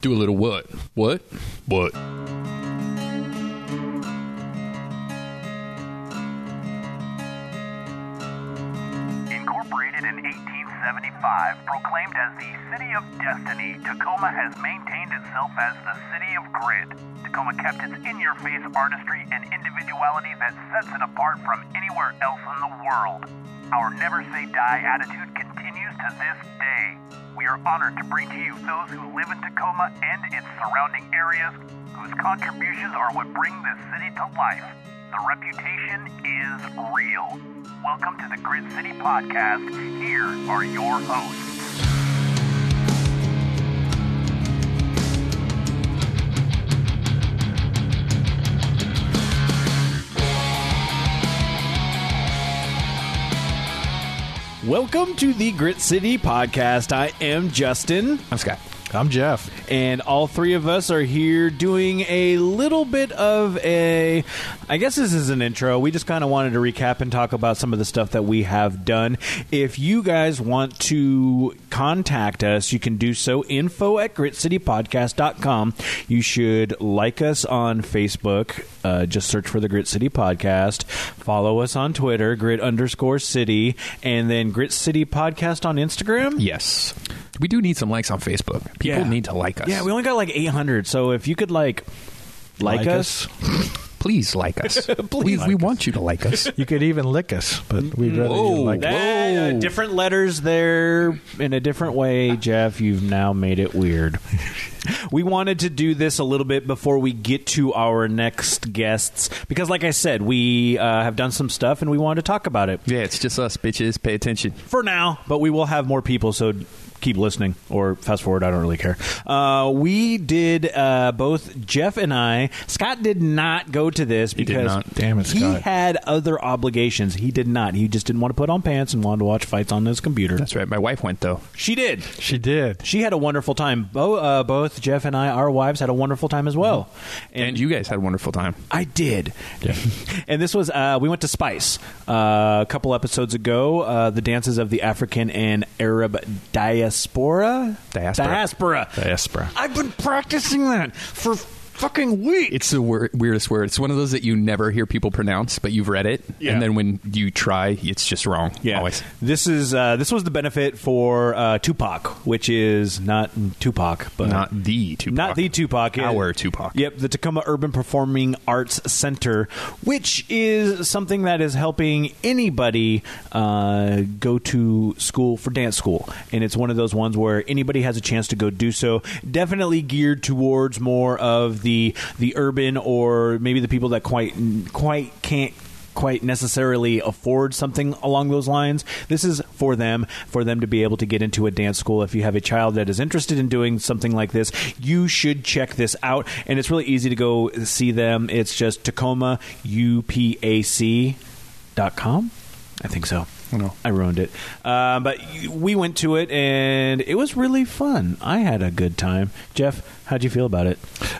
Do a little what? What? What? Incorporated in 1875, proclaimed as the City of Destiny, Tacoma has maintained itself as the City of Grit. Tacoma kept its in your face artistry and individuality that sets it apart from anywhere else in the world. Our never say die attitude continues to this day. We are honored to bring to you those who live in Tacoma and its surrounding areas, whose contributions are what bring this city to life. The reputation is real. Welcome to the Grid City Podcast. Here are your hosts. Welcome to the Grit City podcast. I am Justin, I'm Scott. I'm Jeff. and all three of us are here doing a little bit of a. I guess this is an intro. We just kind of wanted to recap and talk about some of the stuff that we have done. If you guys want to contact us, you can do so info at gritcitypodcast.com. You should like us on Facebook. Uh, just search for the Grit City Podcast. Follow us on Twitter, grit underscore city, and then Grit City Podcast on Instagram. Yes. We do need some likes on Facebook. People Yeah. need to like us. Yeah, we only got like 800. So if you could like like, Like us, Please like us. Please, like we us. want you to like us. You could even lick us, but we'd rather Mm-hmm. Whoa. you like That- That, uh, different letters there in a different way, Jeff. You've now made it weird. we wanted to do this a little bit before we get to our next guests because, like I said, we uh, have done some stuff and we wanted to talk about it yeah, it's just us, bitches. Pay attention. for now, but we will have more people, so keep listening or fast forward. I don't really care. Uh, we did uh, both Jeff and I. Scott did not go to this did because not. Damn it, he Scott. had other obligations. He did not. He just didn't want to put on pants and wanted to watch fights on his computer. That's right. My wife went though. she did. She did. She had a wonderful time. Bo- uh, both Jeff and I, our wives, had a wonderful time as well. And, you guys had a wonderful time. I did. and this was uh, we went to Spice uh, a couple episodes ago. Uh, the dances of the African and Arab diaspora. Diaspora. Diaspora. Diaspora. I've been practicing that for fucking weeks. It's the wor- weirdest word. It's one of those that you never hear people pronounce, but you've read it, Yeah. and then when you try, it's just wrong. Always. This is uh, this was the benefit for uh, Tupac, which is not Tupac, but Not the Tupac. Not the Tupac. yeah. Our Tupac. Yep, the Tacoma Urban Performing Arts Center, which is something that is helping anybody uh, go to school for dance school. And it's one of those ones where anybody has a chance to go do so. Definitely geared towards more of the the urban or maybe the people that quite quite can't quite necessarily afford something along those lines. This is for them, for them to be able to get into a dance school. If you have a child that is interested in doing something like this, you should check this out. And it's really easy to go see them. It's just Tacoma com. I think so. I know. I ruined it. Uh, but y- we went to it and it was really fun. I had a good time. Jeff, how'd you feel about it?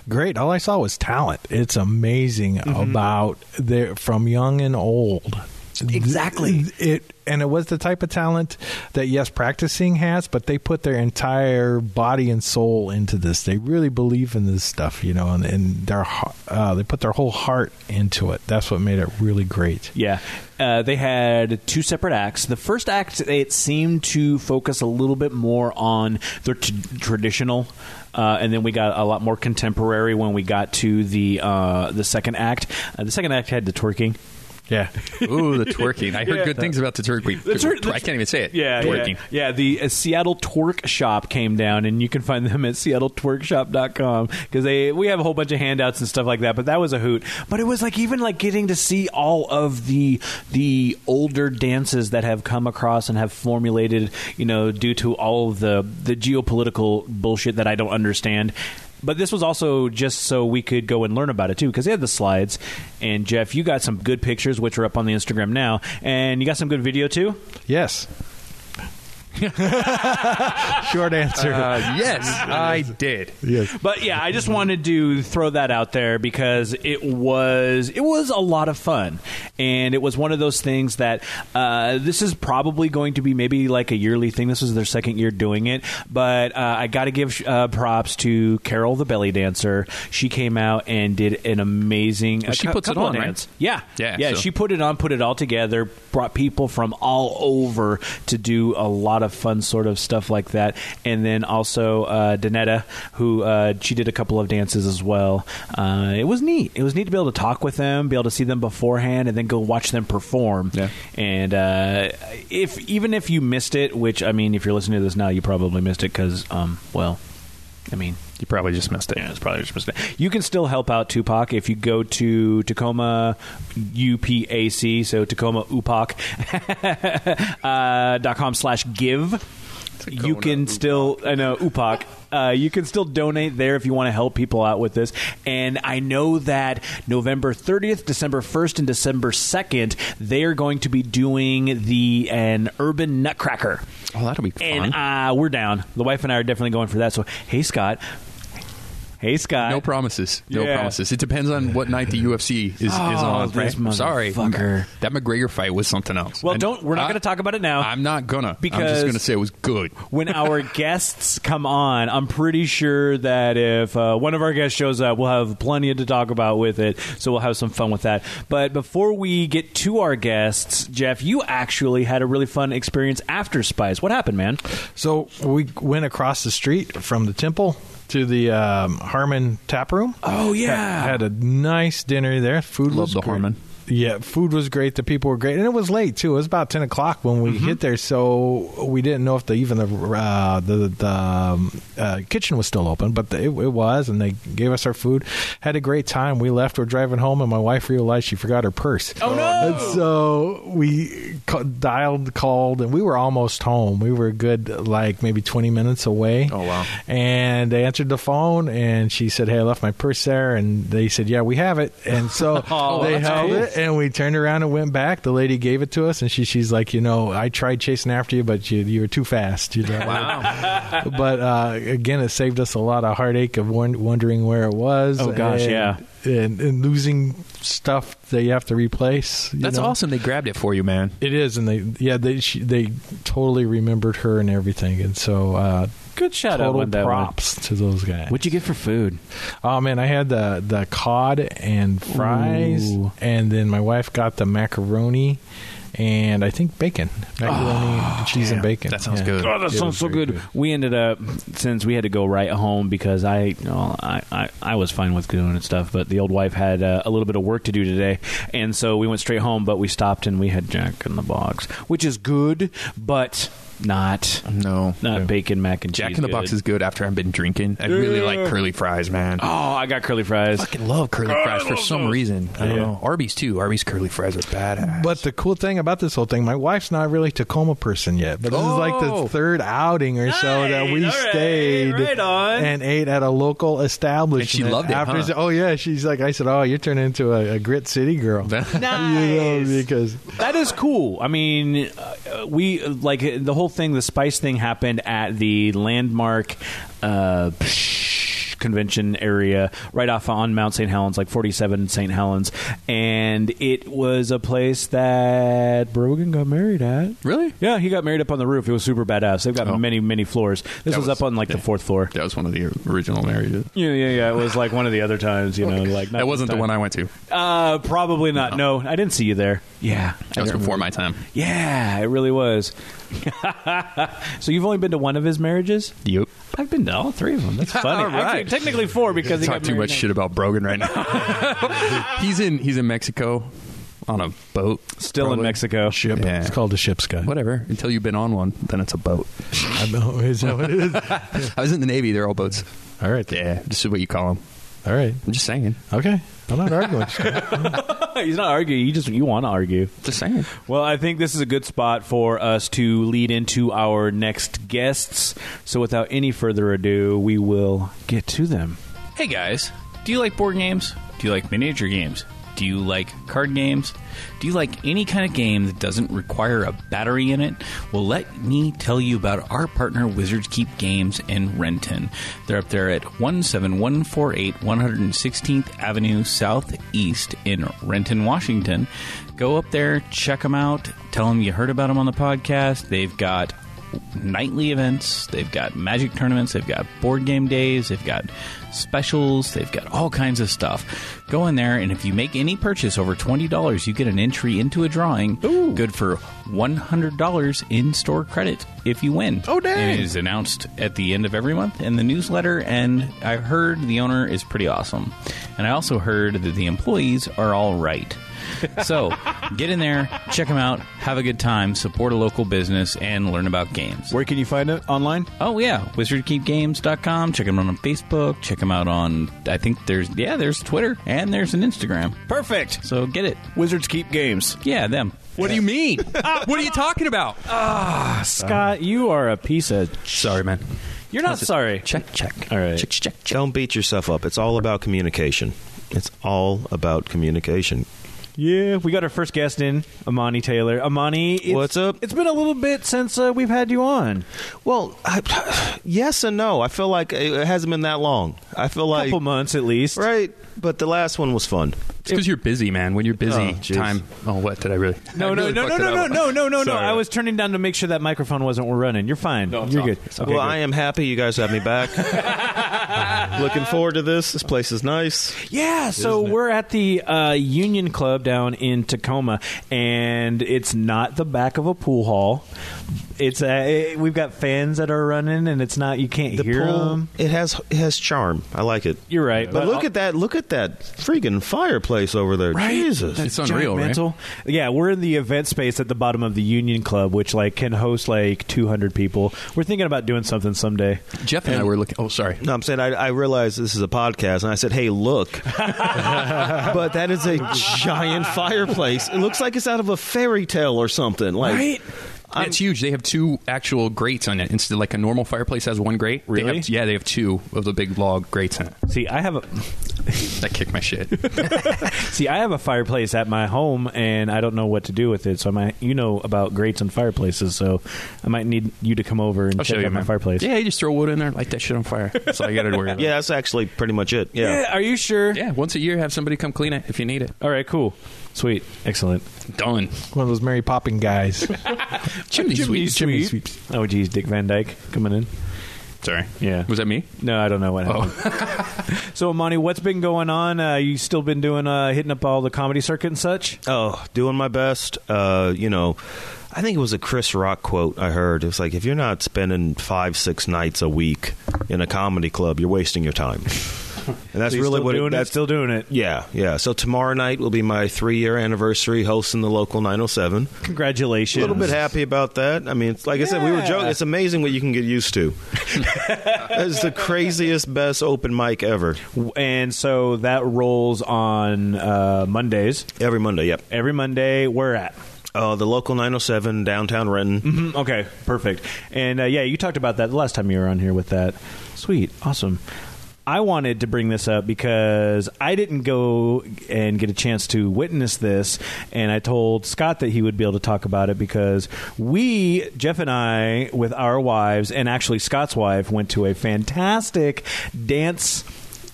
Great. All I saw was talent. It's amazing Mm-hmm. about there from young and old. Exactly. It and it was the type of talent that yes, practicing has, but they put their entire body and soul into this. They really believe in this stuff, you know, and, and their heart- uh, they put their whole heart into it. That's what made it really great. Yeah. Uh, they had two separate acts. The first act, it seemed to focus a little bit more on their t- traditional, uh, and then we got a lot more contemporary when we got to the uh, the second act. Uh, the second act had the twerking. Yeah. Ooh, the twerking. I heard Yeah. good things about the twerking. The twer- the I can't even say it. Yeah, Twerking. yeah, yeah. The uh, Seattle Twerk Shop came down, and you can find them at seattletwerkshop.com because they we have a whole bunch of handouts and stuff like that. But that was a hoot. But it was like even like getting to see all of the the older dances that have come across and have formulated, you know, due to all of the the geopolitical bullshit that I don't understand. But this was also just so we could go and learn about it too, because they had the slides. And Jeff, you got some good pictures, which are up on the Instagram now, and you got some good video too. Yes. Short answer. Uh, yes, I did. yes. But yeah, I just wanted to throw that out there because it was it was a lot of fun, and it was one of those things that uh, this is probably going to be maybe like a yearly thing. This was their second year doing it, but uh, I got to give uh, props to Carol the belly dancer. She came out and did an amazing. a she cou- puts it couple of on, right? dance. Yeah, Yeah, yeah. so- She put it on, put it all together, brought people from all over to do a lot of fun sort of stuff like that. And then also uh, Danetta, who uh, she did a couple of dances as well. Uh, it was neat. It was neat to be able to talk with them, be able to see them beforehand, and then go watch them perform. Yeah. And uh, if even if you missed it, which I mean, if you're listening to this now, you probably missed it because, um, well, I mean. You probably just missed it. Yeah, it's probably just mistake. You can still help out Tupac if you go to Tacoma UPAC, so Tacoma UPAC uh, dot com slash give. you Tacoma can still, I know UPAC. Uh, you can still donate there if you want to help people out with this. And I know that November 30th, December 1st, and December 2nd, they are going to be doing the an urban nutcracker. Oh, that'll be fun. And uh, we're down. The wife and I are definitely going for that. So, hey, Scott. Hey, Scott. no promises. No Yeah. promises. It depends on what night the UFC is, is on. this right? Sorry, motherfucker. that McGregor fight was something else. Well, And don't. We're not I- going to talk about it now. I'm not gonna. I'm Because- just gonna say it was good. when our guests come on, I'm pretty sure that if uh, one of our guests shows up, we'll have plenty to talk about with it. So we'll have some fun with that. But before we get to our guests, Jeff, you actually had a really fun experience after Spice. What happened, man? So we went across the street from the temple to the um, Harmon Tap Room. Oh, yeah. had, had a nice dinner there. Food Love was the great. Harmon. Yeah, food was great. The people were great, and it was late too. It was about ten o'clock when we hit there, so we didn't know if the even the uh, the, the um, uh, kitchen was still open, but the, it, it was, and they gave us our food. Had a great time. We left. We're driving home, and my wife realized she forgot her purse. Oh, no. And so we ca- dialed, called, and we were almost home. We were a good, like maybe twenty minutes away. Oh, wow. And they answered the phone, and she said, "Hey, I left my purse there." And they said, "Yeah, we have it." And so Oh, they that's held cool. it, and we turned around and went back. The lady gave it to us, and she she's like, "You know, I tried chasing after you, but you you were too fast." You know? but uh, again, it saved us a lot of heartache of won- wondering where it was. Oh, gosh, and- yeah. and, and losing stuff that you have to replace. you That's know? awesome. They grabbed it for you, man. It is, and they yeah they she, they totally remembered her and everything, and so uh, Good shout out total with that one. props to those guys. What'd you get for food? oh man, I had the the cod and fries, Ooh. and then my wife got the macaroni. And I think bacon, macaroni, cheese, and bacon. Oh, that sounds good. Oh, that It sounds was so very good. We ended up since we had to go right home because I, you know, I, I, I was fine with doing and stuff, but the old wife had uh, a little bit of work to do today, and so we went straight home. But we stopped and we had Jack in the Box, which is good, but not No, not bacon mac and cheese. Jack in the Box good. is good after I've been drinking. I really like curly fries, man. Oh, I got curly fries. I fucking love curly fries for some reason. I don't know. Arby's too. Arby's curly fries are badass. But the cool thing about this whole thing, my wife's not really a Tacoma person yet, but this is like Oh. the third outing or so that we Nice. All right. stayed Right on. and ate at a local establishment. loved it, after- huh? Oh yeah, she's like, I said, oh, you're turning into a, a grit city girl. You know, because That is cool. I mean, uh, we like the whole thing. The spice thing happened at the landmark. Uh, psh, convention area right off on Mount St. Helens like 47 St. Helens and it was a place that Brogan got married at really, yeah he got married up on the roof it was super badass they've got Oh. many many floors this That was, was- up on like the fourth floor that was one of the original marriages. yeah yeah yeah it was like one of the other times you know like not That wasn't this the time. one I went to. uh probably not no. I didn't see you there yeah I That was don't before my time. yeah, it really was. so you've only been to one of his marriages? Yep. I've been to all three of them. That's funny. All right. Actually, technically four because he Talk got too much married shit about Brogan right now. he's in he's in Mexico on a boat. next- Still in probably. Mexico. ship. Yeah. It's called a ship, Scott. Whatever. Until you've been on one, then it's a boat. I know, is that what it is? I was in the Navy. They're all boats. All right. Yeah, this is what you call them. All right. I'm just saying. Okay. I'm not arguing. Scott. He's not arguing. You just you want to argue. Just saying. Well, I think this is a good spot for us to lead into our next guests. So without any further ado, we will get to them. Hey guys, do you like board games? Do you like miniature games? Do you like card games? Do you like any kind of game that doesn't require a battery in it? Well, let me tell you about our partner, Wizards Keep Games in Renton. They're up there at 17148 116th Avenue Southeast in Renton, Washington. Go up there, check them out, tell them you heard about them on the podcast. They've got nightly events. They've got magic tournaments. They've got board game days. They've got specials. They've got all kinds of stuff. Go in there, and if you make any purchase over $20, you get an entry into a drawing good for $100 in store credit if you win. Oh, dang. And it is announced at the end of every month in the newsletter, and I've heard the owner is pretty awesome. And I also heard that the employees are all right. so get in there, check them out, have a good time, support a local business, and learn about games. Where can you find it online? Oh yeah, wizardkeepgames.com. Check them out on Facebook. Check them out on I think there's yeah there's Twitter and there's an Instagram. Perfect. So get it. Wizards keep games. Yeah, them. What do you mean? Ah, what are you talking about? Scott, you are a piece of. Sorry, man. You're not sorry. Check, check. All right. Check, check, check. Don't beat yourself up. It's all about communication. It's all about communication. Yeah, we got our first guest in, Amani Taylor. Amani, it's, What's up? It's been a little bit since uh, we've had you on. Well, I, yes and no. I feel like it it hasn't been that long. I A feel like couple months at least. right, but the last one was fun. It's because you're busy, man. When you're Oh, busy, jeez. time. Oh, what did I really? No, I no, really no, no, fucked it no, no, up. no, no, no, no. Sorry. I was turning down to make sure that microphone wasn't running. You're fine. No, it's You're off. good. It's Okay, well, good. I am happy you guys have me back. Looking forward to this. This place is nice. Yeah, so we're at the uh, Union Club down in Tacoma, and it's not the back of a pool hall. It's uh, eh, we've got fans that are running, and it's not you can't The hear pool, them. um, it has it has charm. I like it. You're right, But look at that! Look at that freaking fireplace over there. Jesus, It's unreal, right? Judgmental. Yeah, we're in the event space at the bottom of the Union Club, which like can host like 200 people. We're thinking about doing something someday. Jeff and I were looking. Oh, sorry. No, I'm saying I, I realize this is a podcast, and I said, "Hey, look!" but that is a giant fireplace. It looks like it's out of a fairy tale or something. Like, Right? Yeah, it's huge. They have two actual grates on it. Instead, like a normal fireplace has one grate. They Really? have- yeah, they have two of the big log grates in it. See, I have a That kicked my shit. See, I have a fireplace at my home, and I don't know what to do with it. So I might, you know, about grates and fireplaces. So I might need you to come over and I'll check show you out my man. fireplace. Yeah, you just throw wood in there, light that shit on fire. That's all you got to worry about. yeah, that's actually pretty much it. Yeah. Yeah, Are you sure? Yeah, once a year, have somebody come clean it if you need it. All right. Cool. Sweet. Excellent. Done. One of those Mary Poppin guys. Chimney, sweep. Jimmy sweeps. Oh, geez, Dick Van Dyke coming in. Sorry. Yeah. Was that me? No, I don't know what happened. Oh. so, Amani, what's been going on? Uh, you still been doing uh, hitting up all the comedy circuit and such? Oh, doing my best. Uh, you know, I think it was a Chris Rock quote I heard. It was like, if you're not spending five, six nights a week in a comedy club, you're wasting your time. And that's So you're really still what doing it, that's it, still doing it. Yeah, yeah. So tomorrow night will be my three year anniversary hosting the local 907. A Congratulations. little bit happy about that. I mean, it's, like I said, we were joking. It's amazing what you can get used to. it's the craziest, best open mic ever. And so that rolls on uh, Mondays. Every Monday, yep. Every Monday, we're at. Uh, the local 907, downtown Renton. Mm-hmm. Mm, Okay, perfect. And uh, yeah, you talked about that the last time you were on here with that. Sweet, awesome. I wanted to bring this up because I didn't go and get a chance to witness this, and I told Scott that he would be able to talk about it because we, Jeff and I, with our wives, and actually Scott's wife, went to a fantastic dance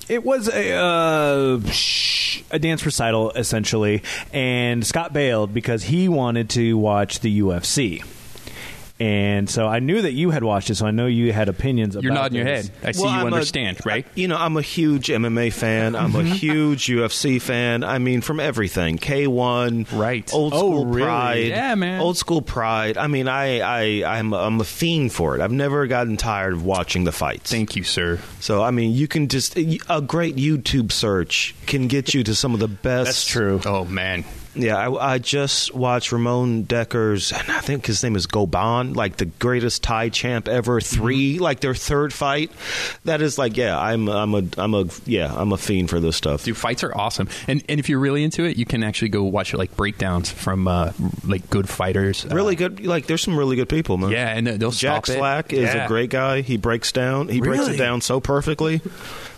it was a uh, sh- a dance recital essentially, and Scott bailed because he wanted to watch the UFC. And so I knew that you had watched it, so I know you had opinions. You're about nodding your this. head. I see Well, you I'm a- understand, right? Mm-hmm. You know, I'm a huge MMA fan. I'm a huge UFC fan. I mean, from everything K1, Right. Old Oh, school really? pride, Yeah, man. Old school pride. I mean, I, I, I'm, I'm a fiend for it. I've never gotten tired of watching the fights. Thank you, sir. So, I mean, you can just a great YouTube search can get you to some of the best. That's true. Oh, man. Yeah, I, I just watched Ramon Decker's, and I think his name is Goban, like the greatest Thai champ ever. Mm-hmm. 3 like their third fight. That is like, yeah, I'm, I'm a, I'm a, yeah, I'm a fiend for this stuff. Dude, fights are awesome, and and if you're really into it, you can actually go watch like breakdowns from uh, like good fighters. Uh, Really good. Like, there's some really good people, man. yeah, and they'll Jack stop it. Slack is Yeah. a great guy. He breaks down. He breaks Really? it down so perfectly.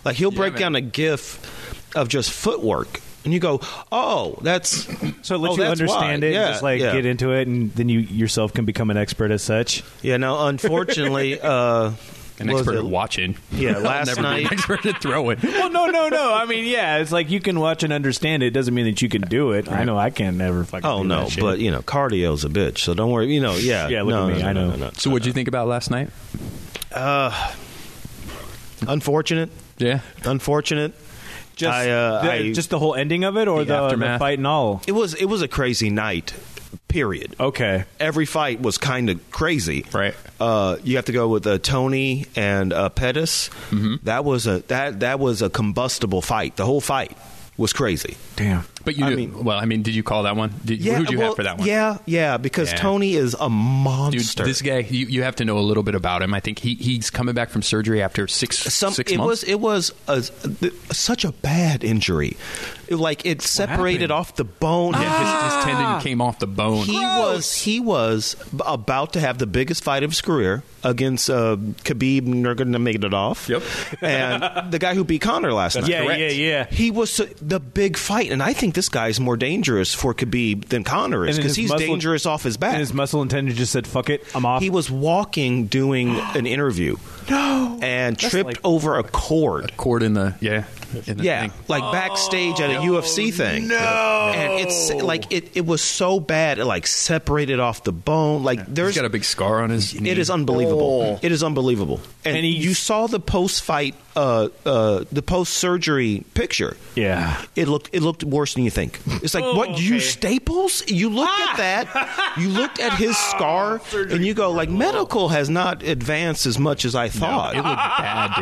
Like he'll break man. down a gif of just footwork. and you go, "Oh, that's So it lets oh, you that's understand why. it, Yeah, and just like yeah. get into it, and then you yourself can become an expert as such. Yeah, no, unfortunately, uh, An what was expert it? at watching. Yeah, I'll last never be night- an expert at throwing. Well, no, no, no. I mean, yeah, it's like you can watch and understand it. Doesn't mean that you can do it. I know I can never fucking. Oh do no, that shit. but you know, cardio's a bitch, so don't worry. You know, yeah, Yeah, look no, at me, no, no, I know. no, no, no. So, what'd you think about last night? Unfortunate, Yeah, unfortunate. just I, uh, the, I- just the whole ending of it, or The the, the, aftermath. fight and all. It was it was a crazy night. Period. Okay, Every fight was kind of crazy. Right. Uh, you have to go with uh, Tony and uh, Pettis. Mm-hmm. That was a that that was a combustible fight. The whole fight was crazy. damn. but you. I do- mean- well, I mean, did you call that one? Did, who did you well, have for that one? Yeah, yeah, because Yeah. Tony is a Dude, monster. this guy, you, you have to know a little bit about him. I think he, he's coming back from surgery after six, some six it months. was it was a, th- such a bad injury It, like it separated happened? off the bone yeah, his, his tendon came off the bone. Ah! he was he was b- about to have the biggest fight of his career against uh, Khabib Nurmagomedov. Yep. and the guy who beat Connor last night. yeah, yeah, yeah. He was so- the big fight, and I think this guy is more dangerous for Khabib than Connor is And because his he's muscle- dangerous off his back. And his muscle and tendon just said, "Fuck it, I'm off." he was walking doing an interview. No. And tripped like- over a cord. Cord in the yeah, in the Yeah, thing. like backstage at a Oh, UFC thing. No, and it's like it, it was so bad. It like separated off the bone. Like He's there's got a big scar on his. knee. It is unbelievable. It is unbelievable. And, And he- you saw the post fight, uh, uh, the post surgery picture. yeah. It looked it looked worse than you think. It's like what you staples? You looked at that. You looked at his scar, and you go like, medical has not advanced as much as I thought. It looked bad,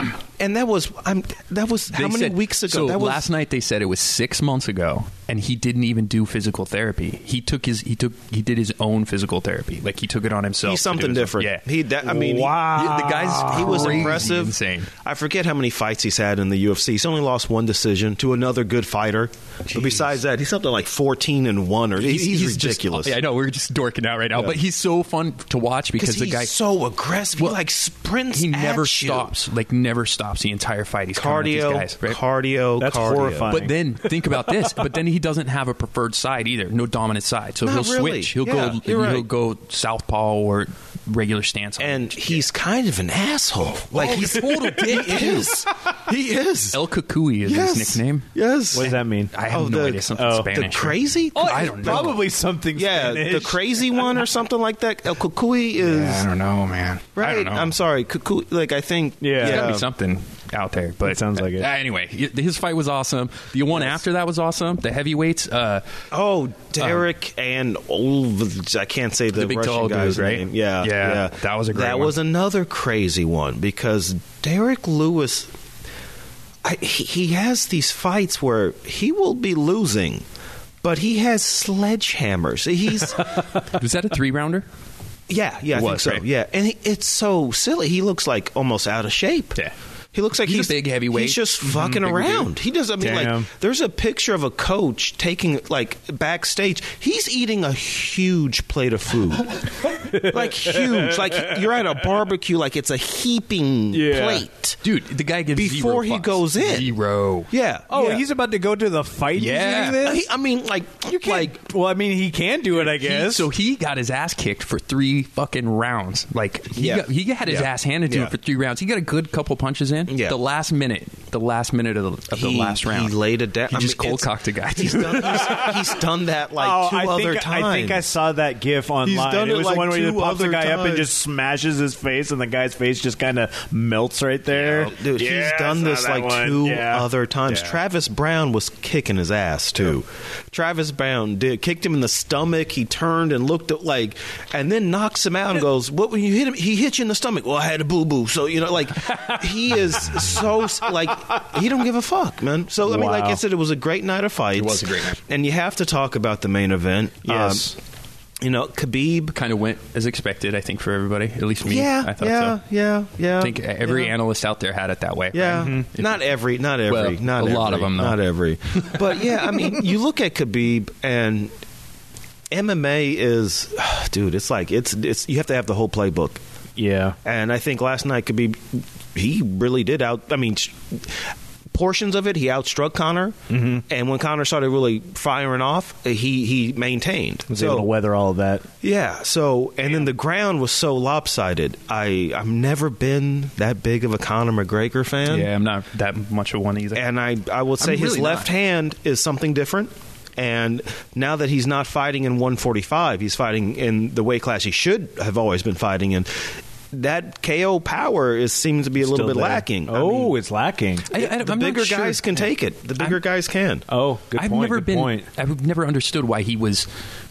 dude. and that was I'm that was how They many said- weeks ago? So that was last night they said it was six months ago, and he didn't even do physical therapy. He took his he took he did his own physical therapy. Like he took it on himself. He's to do something his- different. Yeah, He that, I mean, he- Yeah, the guy's he was crazy impressive. insane. I forget how many fights he's had in the UFC. He's only lost one decision to another good fighter. But besides that, he's up to like fourteen and one, or he's, he's, just- ridiculous. yeah, I know we're just dorking out right now, but he's so fun to watch because because the he's guy so aggressive. he like sprints. he at never you. stops. Like never stops the entire fight. He's coming at these Cardio, guys, right? cardio. That's cardio. horrifying. But then think about this. But then he doesn't have a preferred side either. No dominant side. So Not he'll really. switch. He'll Yeah, go. you're He'll right. go southpaw or regular stance. on And it. he's kind of an asshole. Like Oh, he's he's a total dick, He is. He is. El Cucuy is his nickname. Yes. What does that mean? I have Oh, no the- idea. Something oh, the the Spanish. right? crazy? I don't know. Probably something. Yeah, the Spanish. crazy one or something like that. El Cucuy is Yeah, I don't know, man. right. I don't know. am sorry, Cucuy. Like I think. Yeah. There's got to Yeah. be something out there, but It sounds like it. Uh, anyway, y- his fight was awesome. The one after that was awesome. The heavyweights. Uh, Oh, Derek and Olv. I can't say the, big Russian tall guy's dude, right? name. Yeah, Yeah, that was a great That one. was another crazy one because Derek Lewis. I, he, he has these fights where he will be losing, but he has sledgehammers. He's was that a three rounder? yeah, yeah, I think Was, so. right? Yeah, and he, it's so silly. He looks like almost out of shape. Yeah. He looks like He's a he's big heavyweight. He's just Mhm, fucking bigger dude. around. He does. I mean, Damn. like, there's a picture of a coach taking like backstage. He's eating a huge plate of food, like huge. Like you're at a barbecue. Like it's a heaping Yeah. plate. Dude, the guy gives Before zero he fucks. goes in. Zero. Yeah. Oh, yeah. he's about to go to the fight. and Yeah. do this? He- uh, I mean, like, You can't, like well, I mean, he can do it, He- I guess. so he got his ass kicked for three fucking rounds. Like he Yeah. got, he had his Yeah. ass handed to Yeah. him for three rounds. He got a good couple punches in. Yeah. The last minute, the last minute of the, of the he- last round, He laid it down. He I just mean, cold it's- cocked a guy. He's done, he's, he's done that like Oh, two I other think, times. I think I saw that GIF online. done it it was like the one where he two pops the other guy up and times. just smashes his face, and the guy's face just kind of melts right there. Oh, Dude, Yeah, he's I done saw this that like one. two Yeah. other times. Yeah. Travis Brown was kicking his ass too. Travis Brown did kicked him in the stomach. He turned and looked at like, and then knocks him out and goes, "What when you hit him? He hit you in the stomach. Well, I had a boo boo, so you know, like he is so like he don't give a fuck, man. So I mean, like I Wow. said, it was a great night of fights. It was a great night. and you have to talk about the main event. Yes. Um, you know, Khabib. kind of went as expected. I think for everybody, at least me. yeah, I thought yeah, so. yeah, yeah. I think e-, every yeah. analyst out there had it that way. Yeah, right? If- Mm-hmm. not every, not every, Mm-hmm. Well, not a every, lot of them, though. not every. But yeah, I mean, you look at Khabib and MMA is, dude, it's like it's it's you have to have the whole playbook. Yeah. And I think last night Khabib, he really did out. I mean. portions of it, he outstruck Connor. Mm-hmm. And when Connor started really firing off, he he maintained. was So- able to weather all of that. yeah. So, and then the ground was so lopsided. I I've never been that big of a Conor McGregor fan. Yeah, I'm not that much of one either. And I I will say I'm his really left not. hand is something different. And now that he's not fighting in 145, he's fighting in the weight class he should have always been fighting in. That KO power is seems to be a little Still bit there. lacking. I Oh, mean, it's lacking. I- I- the I'm not bigger sure. guys can take it. The bigger I'm- guys can. Oh, good I've point. never good been. point. I've never understood why he was,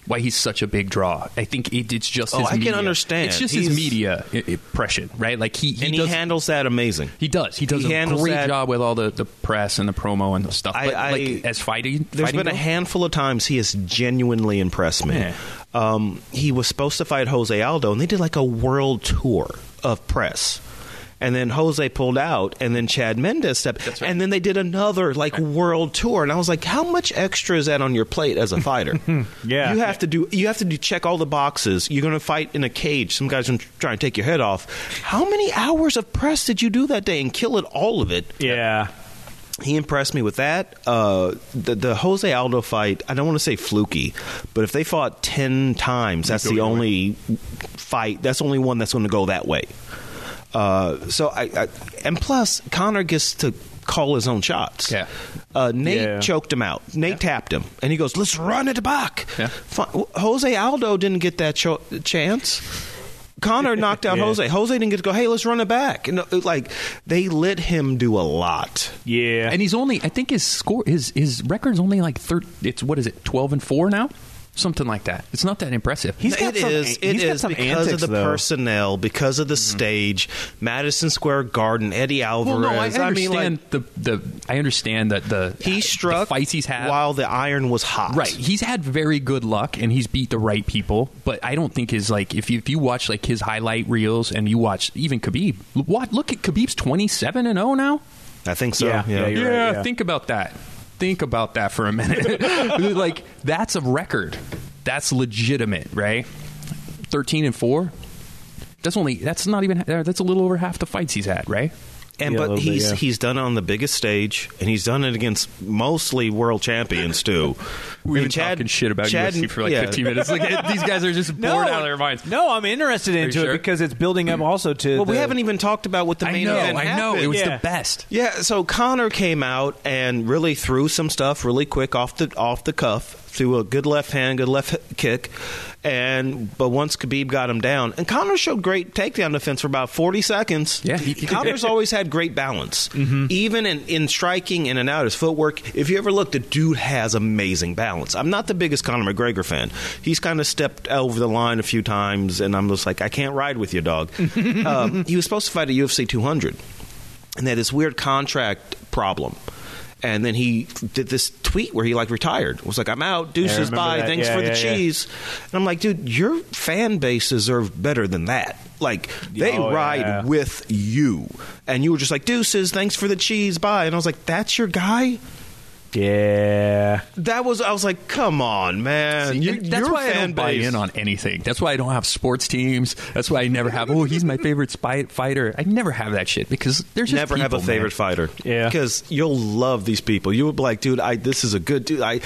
why he's such a big draw. I think it, it's just. Oh, his I can media. understand. It's just He's- his media i- impression, right? Like he, he and he does. handles that amazing. he does. He does he a handles great that- job with all the, the press and the promo and the stuff. I- but I- like as fighting, There's fighting been a goes- handful of times he has genuinely impressed me. Yeah. Um, he was supposed to fight Jose Aldo, and they did like a world tour of press. And then Jose pulled out, and then Chad Mendes stepped, and then they did another like world tour. And I was like, "How much extra is that on your plate as a fighter? Yeah. you have to do you have to do check all the boxes. You're going to fight in a cage. Some guys are trying to take your head off. How many hours of press did you do that day and kill it all of it? Yeah. he impressed me with that. Uh, the, the Jose Aldo fight, I don't want to say fluky, but if they fought 10 times, that's the only fight, that's the only one that's going to go that way. Uh, so I, I, and plus, Connor gets to call his own shots. Yeah. Uh, Nate Yeah. choked him out. Nate tapped him, and he goes, "Let's run it back." Yeah. Fi- Jose Aldo didn't get that cho- chance. Connor knocked out Yeah. Jose. Jose didn't get to go. Hey, let's run it back. And, uh, like they let him do a lot. Yeah. And he's only. I think his score, his his record's only like third. It's what is it? Twelve and four now, something like that. It's not that impressive. He's got It some- is. he's It got is some because of antics, the though. personnel, because of the stage, Madison Square Garden, Eddie Alvarez. Mm-hmm. well, no, I understand mean, like, the the. I understand that the he struck the fights he's had while the iron was hot. Right, he's had very good luck and he's beat the right people, but I don't think his like if you, if you watch like his highlight reels and you watch even Khabib, l- what look at Khabib's twenty seven and zero now. I think so. Yeah, Yeah. yeah, you're- right, think about that. Think about that for a minute. like that's a record. That's legitimate, right? Thirteen and four. That's only. That's not even. uh, That's a little over half the fights he's had, right? And Yeah, a but little bit, he's yeah. he's done it on the biggest stage, and he's done it against mostly world champions too. We've been And talking shit about Chad- UFC for like yeah. 15 minutes. Like, these guys are just bored out of their minds. No, I'm interested into it sure? because it's building up also to. Well, we the- haven't even talked about what the I main know. event I know. happened. It was Yeah. the best. Yeah, so Connor came out and really threw some stuff really quick off the off the cuff. Threw a good left hand, good left kick, and but once Khabib got him down, and Connor showed great takedown defense for about forty seconds. Yeah, he- he- Connor's always had great balance, Mm-hmm. even in, in striking in and out his footwork. If you ever look, the dude has amazing balance. I'm not the biggest Conor McGregor fan. He's kind of stepped over the line a few times, and I'm just like, I can't ride with you, dog. um, he was supposed to fight at UFC 200 and they had this weird contract problem. And then he did this tweet where he like retired. Was like, I'm out, deuces, remember bye, that. thanks Yeah, for yeah, the yeah. cheese. And I'm like, dude, your fan base deserved better than that. Like they Oh, ride yeah. with you, and you were just like, deuces, thanks for the cheese, bye. And I was like, that's your guy. Yeah. That was I was like, come on, man. You- And that's your why I fan don't buy base- in on anything. That's why I don't have sports teams. That's why I never have. Oh, he's my favorite spy- fighter. I never have that shit because there's just never have a people, favorite man. fighter. Yeah. because you'll love these people. You would be like, dude, I this is a good dude. I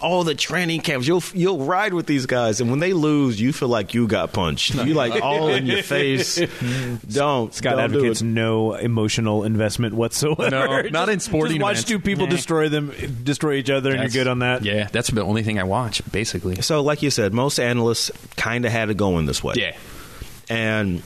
all the training camps. You'll you'll ride with these guys, and when they lose, you feel like you got punched. You like all in your face. don't Scott don't do advocates it. no emotional investment whatsoever. No, not in sporting Just watch events. two people destroy them, destroy each other, and That's- you're good on that. Yeah, that's the only thing I watch basically. So, like you said, most analysts kind of had it going this way. Yeah. and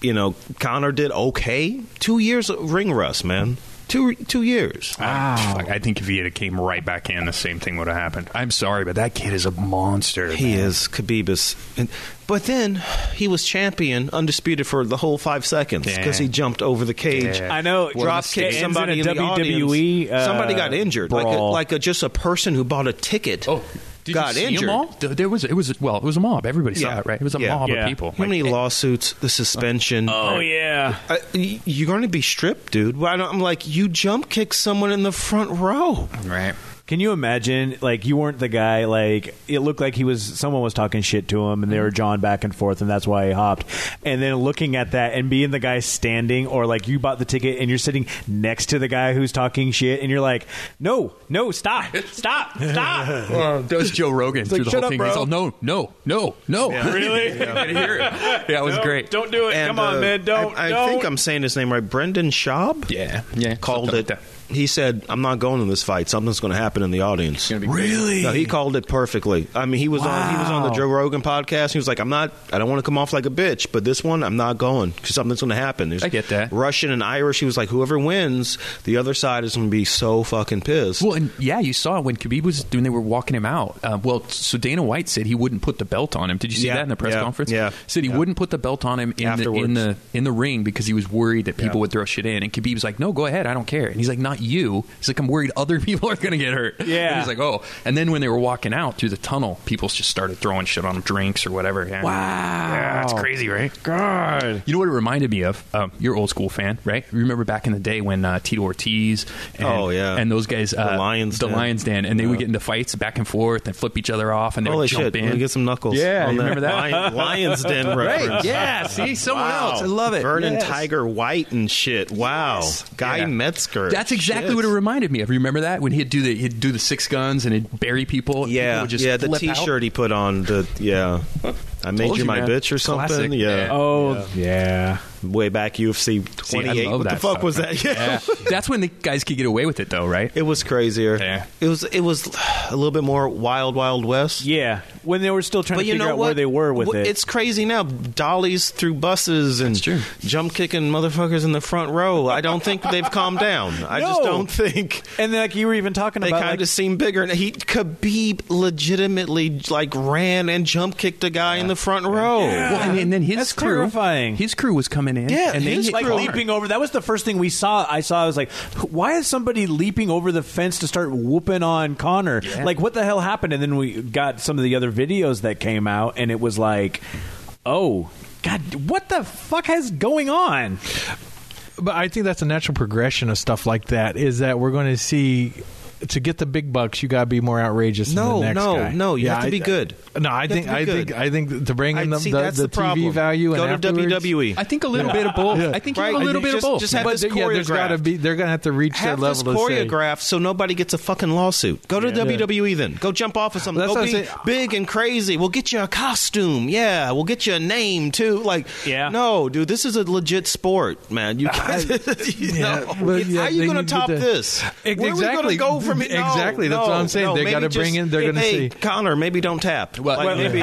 you know, Connor did okay. Two years of ring rust, man. Two two years. Ah, Fuck, I think if he had came right back in, the same thing would have happened. I'm sorry, but that kid is a monster. He is Khabib is, and, but then he was champion, undisputed for the whole five seconds because Yeah. he jumped over the cage. Yeah. I know. Drop kicked Ends somebody in in, a the WWE, audience. uh, somebody got injured, like a, brawl. like a, just a person who bought a ticket Oh, did got you see 'em injured. all? Th- There was it was well, it was a mob. Everybody Yeah. saw it, right? It was a Yeah. mob Yeah. of people. How many Like, lawsuits? The suspension. Oh yeah. Uh, y- you're going to be stripped, dude. Why don't, I'm like, you jump kick someone in the front row. Right. Can you imagine? Like you weren't the guy. Like it looked like he was. Someone was talking shit to him, and they were jawing back and forth, and that's why he hopped. And then looking at that and being the guy standing, or like you bought the ticket and you're sitting next to the guy who's talking shit, and you're like, no, no, stop, stop, stop. Uh, that was Joe Rogan through the "Shut whole up, thing. bro." He's all, no, no, no, no. Really? I can hear it. Yeah, it was great. Don't do it. And, Come on, uh, man. Don't. I, I don't. think I'm saying his name right. Brendan Schaub Yeah, yeah. called something it. like that. He said, "I'm not going to this fight. Something's going to happen in the audience." Really? No, he called it perfectly. I mean, he was on he was on the Joe Rogan podcast. He was like, "I'm not. I don't want to come off like a bitch, but this one, I'm not going because something's going to happen." There's I get that. Russian and Irish. He was like, "Whoever wins, the other side is going to be so fucking pissed." Well, and yeah, you saw it when Khabib was when they were walking him out. Uh, well, so Dana White said he wouldn't put the belt on him. Did you see Yeah, that in the press yeah, conference? yeah, said he yeah. wouldn't put the belt on him in the, in Afterwards. the in the ring because he was worried that people Yeah. would throw shit in. And Khabib's like, "No, go ahead, I don't care." And he's like, "Not you." He's like, "I'm worried other people are going to get hurt." Yeah. And he's like, "Oh." And then when they were walking out through the tunnel, people just started throwing shit on him, drinks or whatever. Yeah. Yeah, it's crazy, right? God. You know what it reminded me of? Um, you're an old school fan, right? You Remember back in the day when uh, Tito Ortiz and, Oh, yeah. and those guys, The uh, Lions the Den. Lions Den, and they would get into fights back and forth and flip each other off, and they Holy would jump shit! Let in. me get some knuckles. Yeah, on you remember that? Lion, Lions Den reference. Yeah, see, someone Wow. else. I love it. Vernon Yes. Tiger White and shit. Wow. Guy Oh, Yeah. Metzger. That's exactly Shit. what it reminded me of. Remember that when he'd do the he'd do the six guns and he'd bury people. and people Yeah, would just yeah. The flip out. T-shirt he put on. The yeah. I made Told you, you, my man. bitch or something. Classic. Yeah. Yeah. Oh yeah. Way back UFC See, I 28. love what the that fuck stuff, was man. that? Yeah. That's when the guys could get away with it, though, right? It was crazier. Yeah. It was it was a little bit more wild wild west. Yeah. When they were still trying But to you figure know out what? where they were with Wh- it. It's crazy now. Dollies through buses and true. jump kicking motherfuckers in the front row. I don't think they've calmed down. I just No. don't think. and like you were even talking They about kind like, of seem bigger. And he Khabib legitimately like ran and jump kicked a guy in the front row. Well, and, and then his That's crew, terrifying. his crew was coming in, Yeah, and they his hit like hard. leaping over. That was the first thing we saw. I saw. I was like, why is somebody leaping over the fence to start whooping on Connor? Like, what the hell happened? And then we got some of the other videos that came out, and it was like, oh. God, what the fuck has going on? but I think that's a natural progression of stuff like that. Is that we're going to see to get the big bucks, you got to be more outrageous. No, than the next no, guy. no, you have to I- uh, be good. No, You I have think to be I think good. I think to bring in I- the, see, the, that's the, the, TV problem. value Go and to E. afterwards- WWE. I think a little bit of both. I think you Right. have a little bit Just- of both. just have but this th- yeah, there's got to choreographed. be they're going to have to reach Half their level this to say, choreographed so nobody gets a fucking lawsuit. Go to WWE then. Go jump off of something. That's Go what be I'm saying. big and crazy. We'll get you a costume. Yeah, we'll get you a name too. Like, Yeah. no, dude, this is a legit sport, man. You can't. you yeah, know? but yeah, how you they going to need to top do- this? Where are we Exactly. going to go from it? No, Exactly. That's what I'm no, saying. no, They maybe gotta just- bring in- they're gonna see. hey, Connor. Maybe don't tap. Well, like, well, maybe.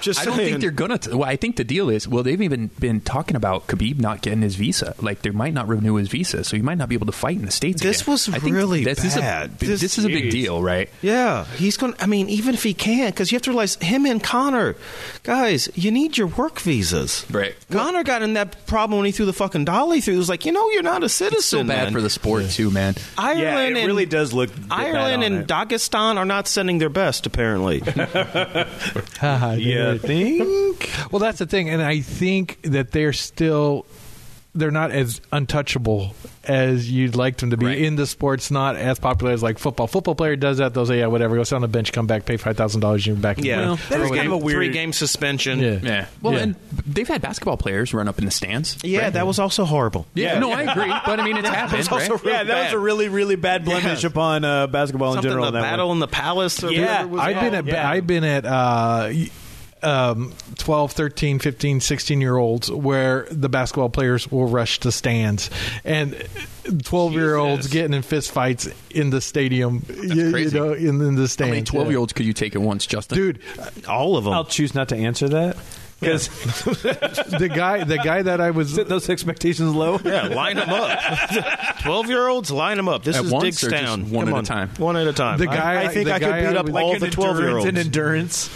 just I don't saying. think they're gonna. T- well, I think the deal is well, they've even been talking about Khabib not getting his visa. Like they might not renew his visa, so he might not be able to fight in the states. This again. was I think really this Is a, bad. this, This- is a big deal, right? Yeah, he's going. to I mean, even if he can, because you have to realize him and Connor, guys, you need your work visas. Right. Connor got in that problem when he threw the fucking dolly through. He was like, you know, you're not a citizen. It's so bad man. for the sport too, man. Ireland yeah, it and- really does look bad Ireland on and it. Dagestan are not sending their best, apparently. "Haha, they Yeah, did it." Well, that's the thing, and I think that they're still they're not as untouchable as you'd like them to be Right. in the sports. Not as popular as like football. Football player does that. They'll say, "Yeah, whatever. Go sit on the bench, come back, pay five thousand dollars, you're back." in the yeah, league." that is Three- kind of a weird- three game suspension. yeah, Yeah. Well, Yeah. and they've had basketball players run up in the stands. Yeah, that was also horrible. Yeah. Yeah. No, I agree. But I mean, it's happened. was also Right? really yeah, that was bad. a really, really bad blemish Yeah. upon uh, basketball Something in general. the that one. battle in the palace. Or Yeah, whatever it was I've been at called. Yeah. I've been at uh, y- um, 12, 13, 15, 16 year olds where the basketball players will rush to stands and 12 year olds getting in fist fights in the stadium, you, you crazy. know, in, in the How stands. many twelve year olds could you take at once, Justin? Dude, all of them. I'll choose not to answer that because the guy, the guy that I was, set those expectations low. Yeah, line them up. Twelve-year-olds, line them up. This At is once Dick's or just Town. one at Come a on. time? One at a time. The I- guy- I, I- think the I could guy beat I up was- all like the twelve-year-olds. and endurance.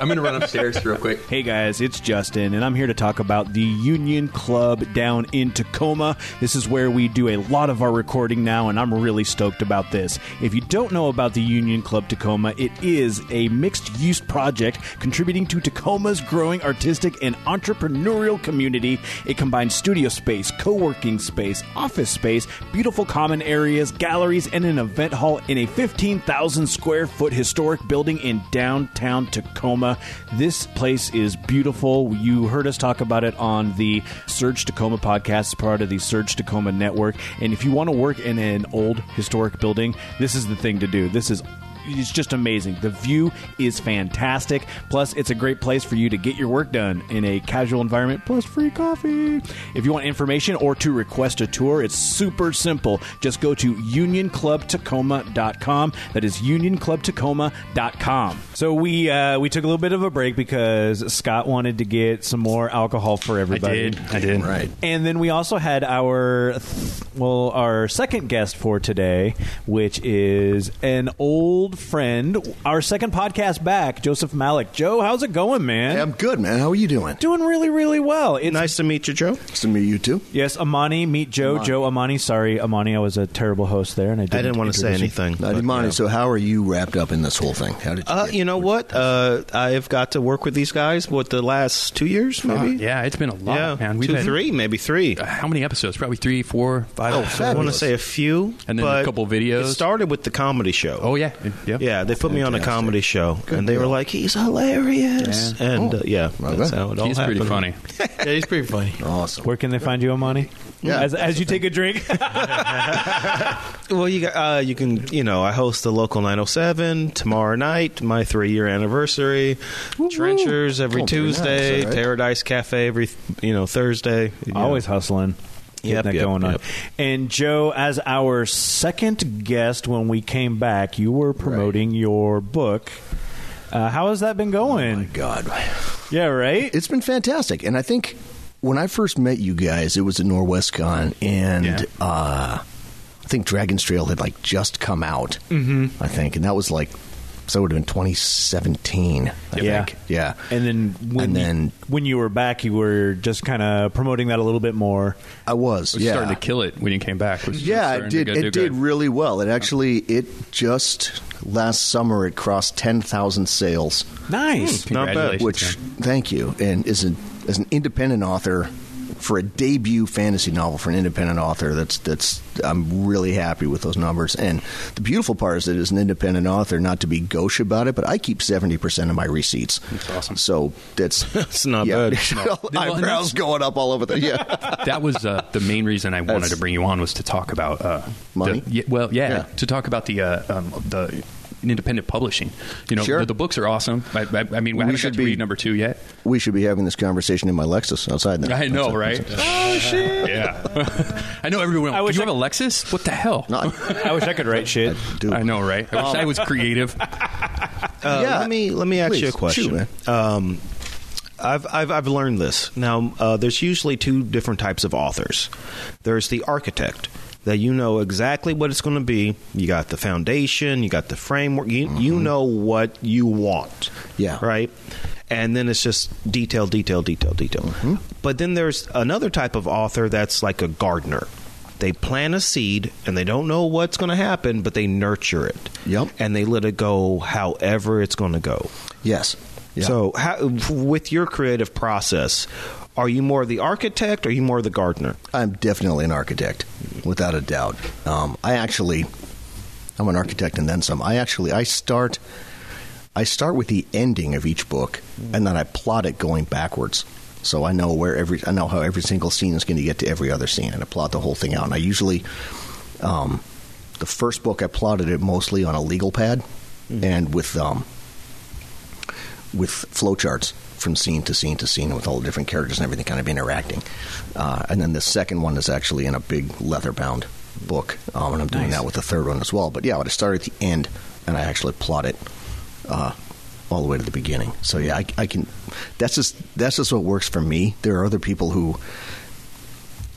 I'm gonna run upstairs real quick. Hey guys, it's Justin, and I'm here to talk about the Union Club down in Tacoma. This is where we do a lot of our recording now, and I'm really stoked about this. If you don't know about the Union Club Tacoma, it is a mixed use project contributing to Tacoma's growth. growing artistic and entrepreneurial community. It combines studio space, co working space, office space, beautiful common areas, galleries, and an event hall in a 15,000 square foot historic building in downtown Tacoma. This place is beautiful. You heard us talk about it on the Surge Tacoma podcast, part of the Surge Tacoma network. And if you want to work in an old historic building, this is the thing to do. This is it's just amazing. The view is fantastic. Plus, it's a great place for you to get your work done in a casual environment, plus free coffee. If you want information or to request a tour, it's super simple. Just go to unionclubtacoma.com. That is unionclubtacoma.com. So we uh, we took a little bit of a break because Scott wanted to get some more alcohol for everybody. I did. Right. And then we also had our th- well, our second guest for today, which is an old friend, our second podcast back, Joseph Malik. Joe, how's it going, man? Hey, I'm good, man. How are you doing? Doing really, really well. It's Nice to meet you, Joe. Nice to meet you too. yes, Amani, meet Joe. Joe Amani, sorry, Amani, I was a terrible host there, and I didn't, I didn't want to say introduce you. anything. Now, but- Dimani, so how are you wrapped up in this whole thing? How did you? Uh, get- you know what? Uh, I've got to work with these guys. What the last two years, maybe? Yeah, it's been a lot, yeah, man. two, had- three, maybe three. How many episodes? Probably three, four, five. Oh, episodes. I want to fabulous. say a few, And then a but couple videos. It started with the comedy show. Oh yeah, yeah. yeah. They put me on a Fantastic. comedy show, Good and they were deal. like, "He's hilarious," Yeah. and Oh. uh, yeah, Well, that's then. how it all He's happened. pretty funny. yeah, he's pretty funny. Awesome. Where can they find you, Amani? Yeah, as, that's as you take a drink. Well, you got, uh, you can you know I host the local 907 tomorrow night, my three year anniversary. Trenchers every Oh, very nice, Tuesday, all right. Paradise Cafe every you know Thursday. Yeah. Always hustling. Getting Yep, that yep, going on. yep. And Joe, as our second guest when we came back, you were promoting your book. Uh, how has that been Oh My going? God. yeah, right? it's been fantastic. And I think when I first met you guys, it was at NorwestCon, and Yeah. uh, I think Dragon's Trail had like just come out. Mm-hmm. I think, and that was like so it would have been 2017. I Yeah. think, yeah. and then when And then- you, when you were back, you were just kind of promoting that a little bit more. I was, was yeah. starting to kill it when you came back. was yeah, starting to it did. go- It do did good. really well. It actually, it just last summer it crossed ten thousand sales. Nice. Hmm, Not bad. Congratulations. which thank you and is an, as an independent author for a debut fantasy novel for an independent author that's that's I'm really happy with those numbers and the beautiful part is that as an independent author not to be gauche about it but I keep 70% of my receipts that's awesome. so that's It's not yeah. bad. eyebrows going up all over the yeah that was uh, the main reason I wanted That's- to bring you on was to talk about uh, Money? The, yeah, well, yeah, Yeah. to talk about the uh, um, the independent publishing. You know, Sure. the, the books are awesome. I, I, I mean, we, We haven't should got to be- read number two yet. we should be having this conversation in my Lexus outside now I know, That's it. right? Oh shit! Yeah, I know everyone. I I wish you I- have a Lexus? What the hell? not I wish I could write shit. Um, dude. I know, right? I wish I was creative. Uh, Yeah. Let me let me ask Please, you a shoot, question. man. um, I've, I've I've learned this now. Uh, there's usually two different types of authors. There's the architect that you know exactly what it's going to be. You got the foundation. You got the framework. You you know what you want. Mm-hmm. Yeah. Right. And then it's just detail, detail, detail, detail. Mm-hmm. But then there's another type of author that's like a gardener. They plant a seed and they don't know what's going to happen, but they nurture it. Yep. And they let it go however it's going to go. yes yeah. So, how, with your creative process, are you more the architect or are you more the gardener? I'm definitely an architect, without a doubt. Um, I actually, I'm an architect and then some. I actually, I start, I start with the ending of each book, and then I plot it going backwards. So I know where every, I know how every single scene is going to get to every other scene, and I plot the whole thing out. And I usually, um, the first book, I plotted it mostly on a legal pad, and with um, with flowcharts from scene to scene to scene with all the different characters and everything kind of interacting. Uh, and then the second one is actually in a big leather bound book. Um, and I'm doing that with the third one as well. But yeah, I would start at the end and I actually plot it uh, all the way to the beginning. So yeah, I, I can. That's just that's just what works for me. There are other people who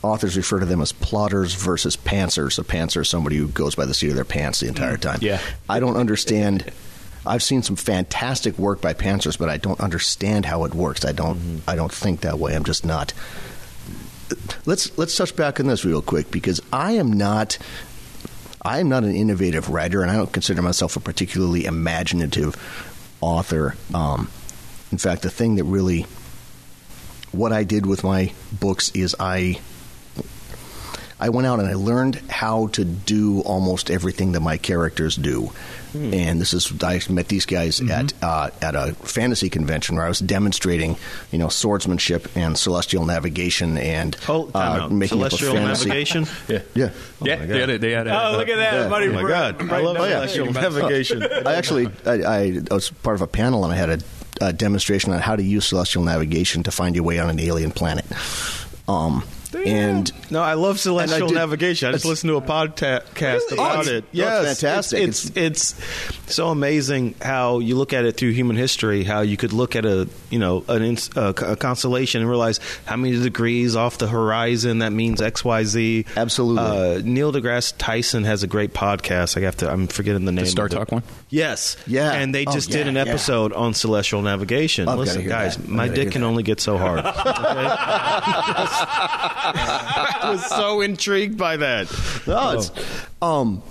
authors refer to them as plotters versus pantsers. A pantser is somebody who goes by the seat of their pants the entire time. Yeah. I don't understand. I've seen some fantastic work by pantsers, but I don't understand how it works. I don't. I don't think that way. I'm just not. Let's let's touch back on this real quick because I am not. I am not an innovative writer, and I don't consider myself a particularly imaginative author. Um, In fact, the thing that really what I did with my books is I I went out and I learned how to do almost everything that my characters do. Hmm. And this is I met these guys Mm-hmm. at uh, at a fantasy convention where I was demonstrating, you know, swordsmanship and celestial navigation and Oh, time uh, out. making celestial up a fantasy. navigation. Yeah. Yeah. yeah, they had it. They had it. Oh, look at that! Yeah. Buddy, Oh my god, I love Oh, yeah. celestial Huh. navigation. I actually I, I, I was part of a panel and I had a, a demonstration on how to use celestial navigation to find your way on an alien planet. Um, and No, I love And I celestial did- navigation. I just it's- listened to a podcast Really? Oh, about it's- it. no, Yes, it's fantastic. It's, it's it's so amazing how you look at it through human history. How you could look at a you know an ins- a, a constellation and realize how many degrees off the horizon that means X Y Z. Absolutely. Uh, Neil deGrasse Tyson has a great podcast. I have to. I'm forgetting the name. Star of it. Talk one? Yes. Yeah. And they Oh, just yeah, did an yeah. episode on celestial navigation. I've gotta Listen, hear guys, that. I've my gotta dick hear can that. only get so hard. I was so intrigued by that. No, Oh, it's- um,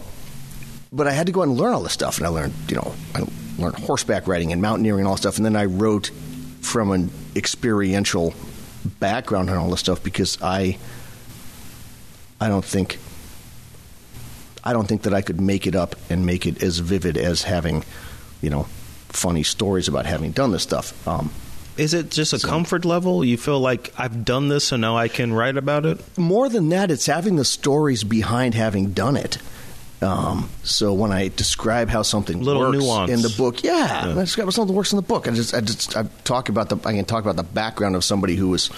but I had to go out and learn all this stuff, and I learned, you know, I learned horseback riding and mountaineering and all stuff, and then I wrote from an experiential background on all this stuff because I, I don't think, I don't think that I could make it up and make it as vivid as having, you know, funny stories about having done this stuff. Um, Is it just a comfort level? You feel like I've done this, so now I can write about it. more than that, it's having the stories behind having done it. Um, so when I describe how something Little works nuance. in the book, yeah, Yeah. when I describe how something works in the book. I just, I just, I talk about the, I can talk about the background of somebody who was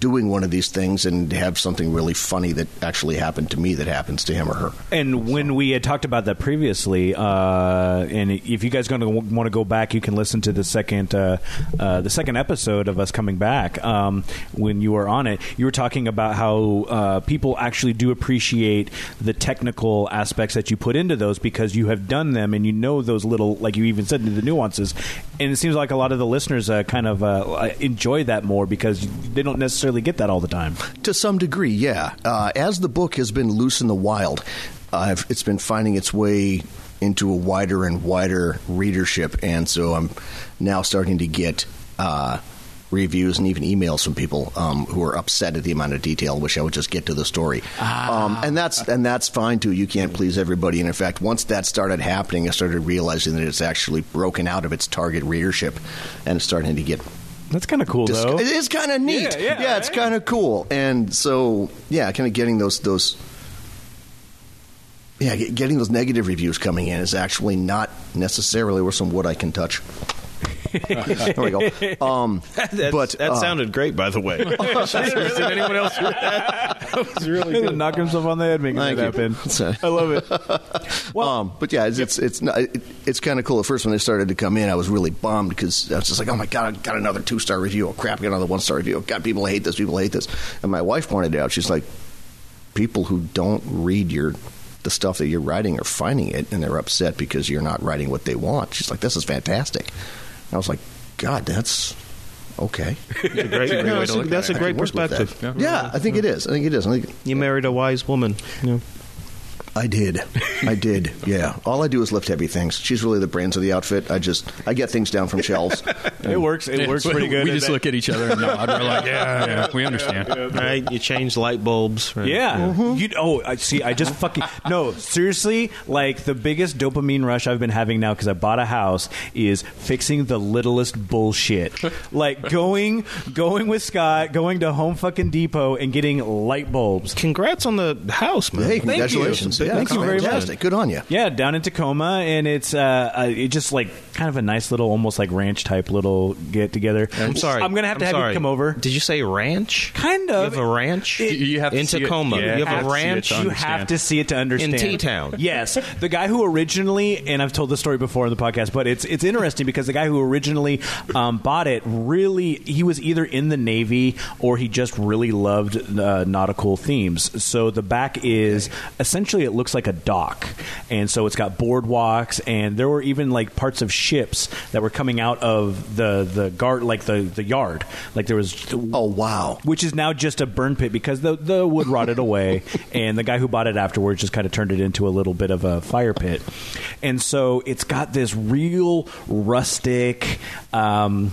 doing one of these things and have something really funny that actually happened to me that happens to him or her. And when we had talked about that previously, uh, and if you guys going to want to go back, you can listen to the second uh, uh, the second episode of us coming back. Um, when you were on it, you were talking about how uh, people actually do appreciate the technical aspects that you put into those because you have done them and you know those little, like you even said, the nuances. And it seems like a lot of the listeners uh, kind of uh, enjoy that more because they don't necessarily get that all the time. To some degree, yeah. Uh, as the book has been loose in the wild, I've, it's been finding its way into a wider and wider readership, and so I'm now starting to get uh, reviews and even emails from people um, who are upset at the amount of detail. Wish I would just get to the story, um, and that's and that's fine too. You can't please everybody, and in fact, once that started happening, I started realizing that it's actually broken out of its target readership, and it's starting to get That's kind of cool, Dis- though. It is kind of neat. Yeah, Yeah, yeah, it's right. kind of cool. And so, yeah, kind of getting those those. Yeah, get- getting those negative reviews coming in is actually not necessarily where some wood I can touch. there we go. Um, That's- but that uh, sounded great, by the way. Did anyone else hear that? That was really good. Knock himself on the head, making that Thank you. happen. Sorry. I love it. Well- um, but yeah, it's it's it's, not- it, it's kind of cool. At first, when they started to come in, I was really bummed because I was just like, "Oh my god, I got another two star review! Oh crap, I got another one star review! Oh god, people hate this, people hate this." And my wife pointed out, she's like, "People who don't read your the stuff that you're writing are finding it, and they're upset because you're not writing what they want." She's like, "This is fantastic." And I was like, "God, that's." Okay. That's a great, way to that's a- look at that's it. a I great can work with that. perspective. Yeah. Yeah, I think it is. I think it is. I think You married a wise woman. Yeah. I did. I did. Yeah. All I do is lift heavy things. She's really the brains of the outfit. I just I get things down from shelves. It works. It Yeah, works we- pretty good. We just look at each other and nod. We're like, yeah, yeah, Uh, we understand. Right? You change light bulbs. Right? Yeah. You, oh, I see. I just fucking no. Seriously, like the biggest dopamine rush I've been having now because I bought a house is fixing the littlest bullshit. like going, going with Scott, going to Home fucking Depot and getting light bulbs. Congrats on the house, man. hey, congratulations. Big Yeah, Thank you very much. fantastic. Good on you. Yeah, down in Tacoma, and it's uh, uh, it just like kind of a nice little, almost like ranch type little get together. I'm sorry. I'm gonna have to have sorry. you come over. Did you say ranch? Kind You of. have a ranch? It- You have to In see it. Tacoma. Yeah, You have to see a it to ranch? You have to see it to understand. In T-Town. Yes. The guy who originally, and I've told this story before in the podcast, but it's it's interesting because the guy who originally um, bought it really, he was either in the Navy or he just really loved uh, nautical themes. So the back is essentially, it looks like a dock. And so it's got boardwalks, and there were even like parts of ships that were coming out of the, the guard, like the, the yard. Like there was Oh wow. which is now just a burn pit because the the wood rotted away, and the guy who bought it afterwards just kind of turned it into a little bit of a fire pit, and so it's got this real rustic. Um,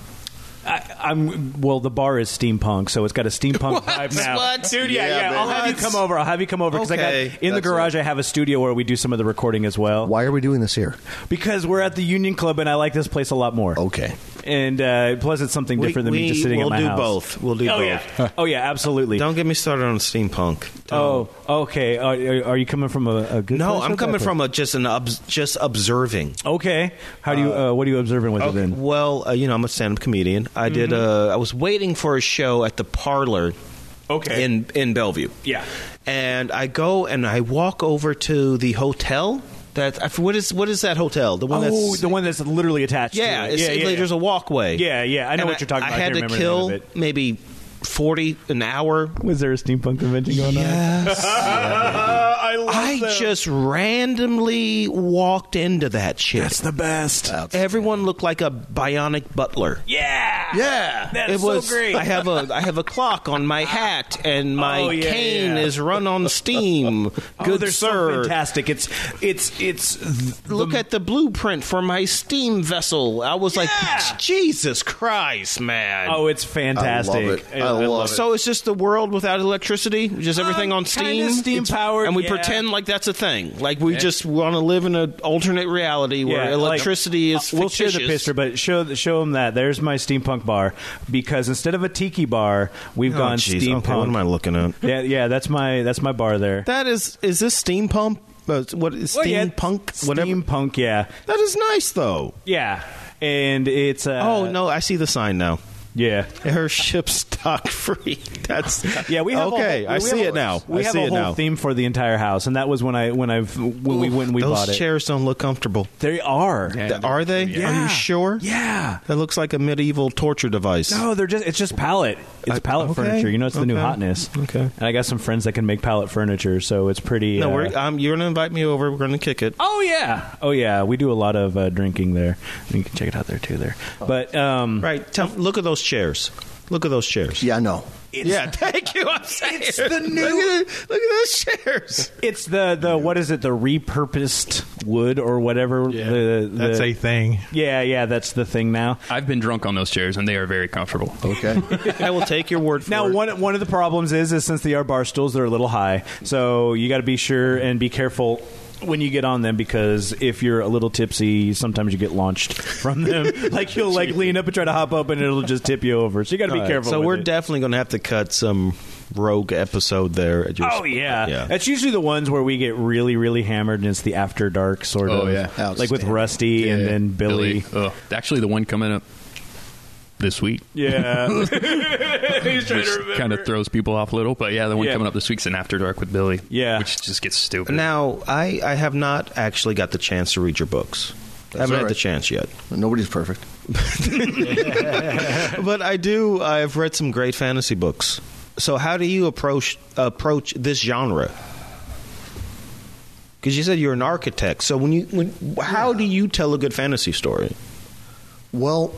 I'm well. The bar is steampunk, so it's got a steampunk vibe now. What? Dude, yeah, Yeah, yeah. I'll man. have you come over. I'll have you come over because I Okay, got in the that's garage. I have a studio where we do some of the recording as well. Why are we doing this here? Because we're at the Union Club, and I like this place a lot more. Okay. And uh, plus, it's something We- different than we me just sitting will at my do house. both. We'll do oh, both. Yeah. oh yeah, absolutely. Don't get me started on steampunk. oh, okay. Are, are- are you coming from a, a good? No, place or I'm a bad coming place? from a, just an obs just observing. Okay. How do you? Uh, what are you observing with it then? Mm-hmm. Well, uh, you know, I'm a stand-up comedian. I did. Uh, I was waiting for a show at the parlor. Okay. In in Bellevue. Yeah. And I go and I walk over to the hotel. That I f- what is what is that hotel? The one Oh, that's the one that's literally attached. yeah, to it. it's, it- there's a walkway. Yeah, yeah, I know And what you're talking I about. I had can't remember to the kill name of it. maybe forty an hour Was there a steampunk convention going Yes. I just randomly walked into that shit. That's the best. Everyone looked like a bionic butler. Yeah. Yeah. That's it so was great. I have a I have a clock on my hat and my Oh, yeah, cane yeah. is run on steam. on? Good Oh, they're so sir. fantastic. It's it's it's Look at the blueprint for my steam vessel. I was like, Jesus Christ, man. oh, it's fantastic. it. I love it. So it's just the world without electricity, just everything Um, on steam, kinda steam-powered, and we yeah. pretend like that's a thing. Like we just want to live in an alternate reality where Yeah, like, uh, electricity is. We'll share fictitious. the picture, but show show them that. There's my steampunk bar because instead of a tiki bar, we've Oh, gone jeez. Okay, steampunk. what am I looking at? yeah, yeah, that's my that's my bar there. That is, is this steampunk? Uh, what is Well, yeah, steampunk? Whatever. steampunk, yeah, That is nice though. yeah, and it's uh, oh no, I see the sign now. yeah. Her ship stock free. That's Yeah, we have a okay. whole- I we see have a- it now. We I have see a it whole now. theme for the entire house, and that was when I when I when we when we Those bought it. chairs don't look comfortable. They are. Are they? Are Yeah. you sure? Yeah. That looks like a medieval torture device. No, they're just it's just pallet. It's I- pallet okay, furniture. You know, it's the new okay, hotness. okay. And I got some friends that can make pallet furniture, so it's pretty. No, uh, we're, um, you're gonna invite me over. We're gonna kick it. Oh yeah, oh yeah. We do a lot of uh, drinking there. And you can check it out there too. There, Oh. but um, Right. Tell, look at those chairs. Look at those chairs. Yeah, no. yeah. Thank you. I'm saying. It's the new- Look at, look at those chairs. it's the the what is it? The repurposed wood or whatever. The, the, That's a thing. yeah, yeah. That's the thing now. I've been drunk on those chairs, and they are very comfortable. Okay. I will take your word for Now, it. one one of the problems is is since they are bar stools, they're a little high, so you got to be sure and be careful when you get on them because if you're a little tipsy, sometimes you get launched from them. like you'll like lean up and try to hop up, and it'll just tip you over. So you got to be All right, careful. So with we're it. definitely gonna have to cut some rogue episode there. At your Oh yeah. yeah. that's usually the ones where we get really, really hammered, and it's the after dark sort Oh, of, yeah. like with Outstanding. Rusty and then Billy. Ugh. actually, the one coming up this week Yeah, kind of throws people off a little. But yeah, the one Yeah. coming up this week's an After Dark with Billy. Yeah. which just gets stupid. Now, I I have not actually got the chance to read your books. I haven't all had right. the chance yet. Nobody's perfect. but I do. I've read some great fantasy books. So how do you approach approach this genre? Because you said you're an architect. So when you when, how do you tell a good fantasy story? Well,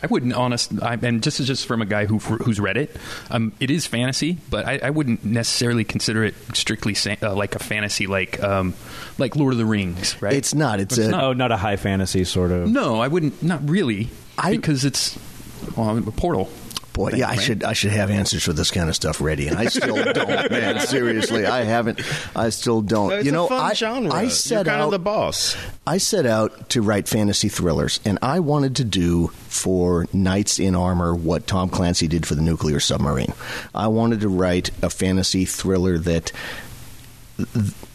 I wouldn't honest, I, and just just from a guy who who's read it, um, it is fantasy, but I, I wouldn't necessarily consider it strictly sa- uh, like a fantasy, like um, like Lord of the Rings, right? it's not. It's, a. oh, not a high fantasy sort of. no, I wouldn't, not really, because it's well, a portal. Boy, thing, yeah, I right? should I should have answers for this kind of stuff ready, and I still don't, man. Seriously, I haven't. I still don't. It's you know, a fun I, genre. I You're set kind out of the boss. I set out to write fantasy thrillers, and I wanted to do for Knights in Armor what Tom Clancy did for the nuclear submarine. I wanted to write a fantasy thriller that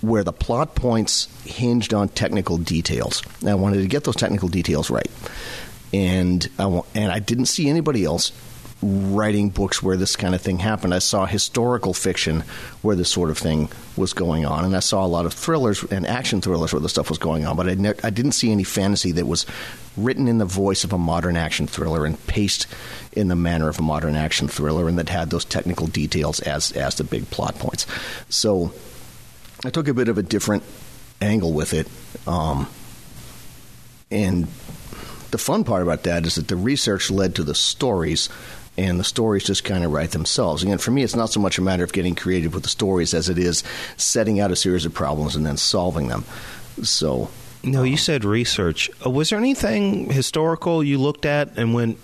where the plot points hinged on technical details. And I wanted to get those technical details right, and I wa- and I didn't see anybody else writing books where this kind of thing happened. I saw historical fiction where this sort of thing was going on, and I saw a lot of thrillers and action thrillers where this stuff was going on. But I ne- I didn't see any fantasy that was written in the voice of a modern action thriller and paced in the manner of a modern action thriller, and that had those technical details as as the big plot points. So. I took a bit of a different angle with it. Um, and the fun part about that is that the research led to the stories, and the stories just kind of write themselves. Again, for me, it's not so much a matter of getting creative with the stories as it is setting out a series of problems and then solving them. So, No, you said research. Uh, was there anything historical you looked at and went?